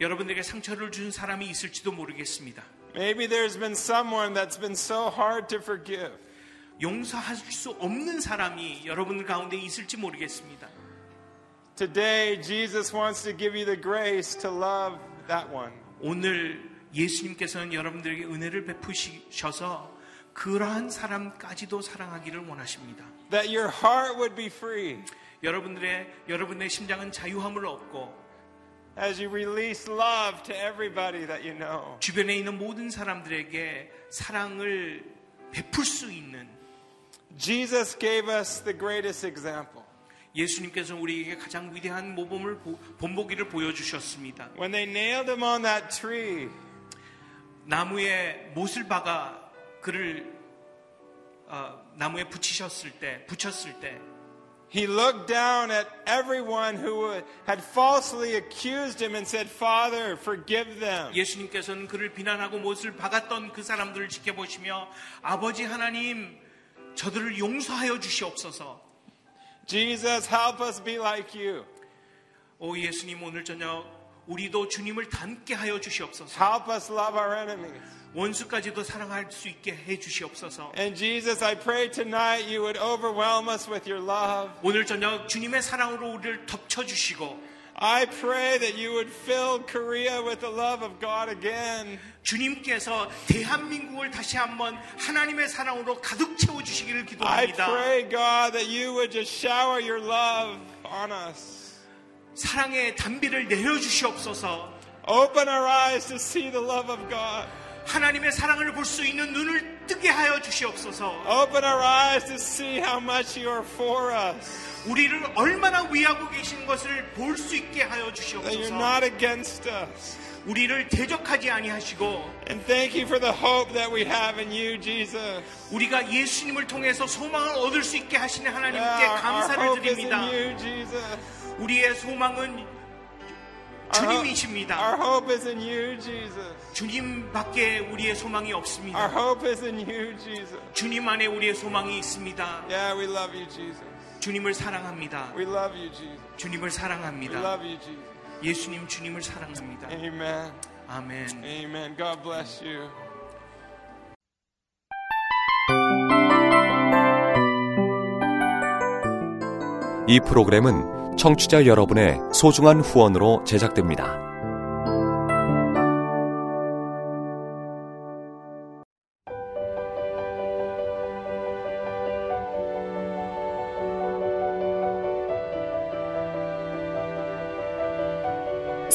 B: 여러분들에게 상처를 준 사람이 있을지도 모르겠습니다.
A: Maybe there's been someone that's been so hard to forgive.
B: 용서할 수 없는 사람이 여러분 가운데 있을지 모르겠습니다.
A: Today, Jesus wants to give you the grace to love that one.
B: 오늘 예수님께서는 여러분들에게 은혜를 베푸셔서 그러한 사람까지도 사랑하기를 원하십니다.
A: That your heart would be free
B: 여러분들의 여러분의 심장은 자유함을 얻고
A: as you release love to everybody that you know.
B: 주변에 있는 모든 사람들에게 사랑을 베풀 수 있는
A: Jesus gave us the greatest example.
B: 예수님께서 우리에게 가장 위대한 모범을 보- 본보기를 보여주셨습니다.
A: When they nailed him on that tree,
B: 나무에 못을 박아 그를 어, 나무에 붙이셨을 때 붙였을 때
A: He looked down at everyone who had falsely accused him and said, Father, forgive them.
B: 예수님께서는 그를 비난하고 못을 박았던 그 사람들을 지켜보시며 아버지 하나님 저들을 용서하여 주시옵소서.
A: Jesus, help us be like you.
B: 오 예수님 오늘 저녁 우리도 주님을 닮게 하여 주시옵소서.
A: Help us love our enemies.
B: 원수까지도 사랑할 수 있게 해 주시옵소서.
A: And Jesus, I pray tonight you would overwhelm us with your love.
B: 오늘 저녁 주님의 사랑으로 우리를 덮쳐 주시고
A: I pray that you would fill Korea with the love of God again.
B: 주님께서 대한민국을 다시 한번 하나님의 사랑으로 가득 채워 주시기를
A: I
B: 기도합니다.
A: pray, God, that you would just shower your love on us.
B: 사랑의 담비를 내려 주시옵소서.
A: Open our eyes to see the love of God.
B: 하나님의 사랑을 볼 수 있는 눈을 뜨게 하여 주시옵소서.
A: Open our eyes to see how much you are for us,
B: 우리를 얼마나 위하고 계신 것을 볼 수 있게 하여
A: that you're
B: 주시옵소서.
A: not against us.
B: 우리를 대적하지 아니하시고
A: And thank you for the hope that we have in you, Jesus.
B: 우리가 예수님을 통해서 소망을 얻을 수 있게 하시는 하나님께
A: Yeah, our- our
B: 감사를
A: hope is in
B: 드립니다.
A: you, Jesus.
B: 우리의 소망은
A: Our hope- Our
B: 주님이십니다.
A: hope is in you, Jesus.
B: 주님밖에 우리의 소망이
A: Our
B: 없습니다.
A: hope is in you, Jesus.
B: 주님 안에 우리의 소망이 있습니다.
A: Yeah, we love you, Jesus.
B: 주님을 사랑합니다.
A: We love you, Jesus.
B: 주님을
A: We
B: 사랑합니다.
A: love you, Jesus.
B: 예수님 주님을 사랑합니다.
A: Amen.
B: 아멘.
A: Amen. God bless you.
C: 이 프로그램은 청취자 여러분의 소중한 후원으로 제작됩니다.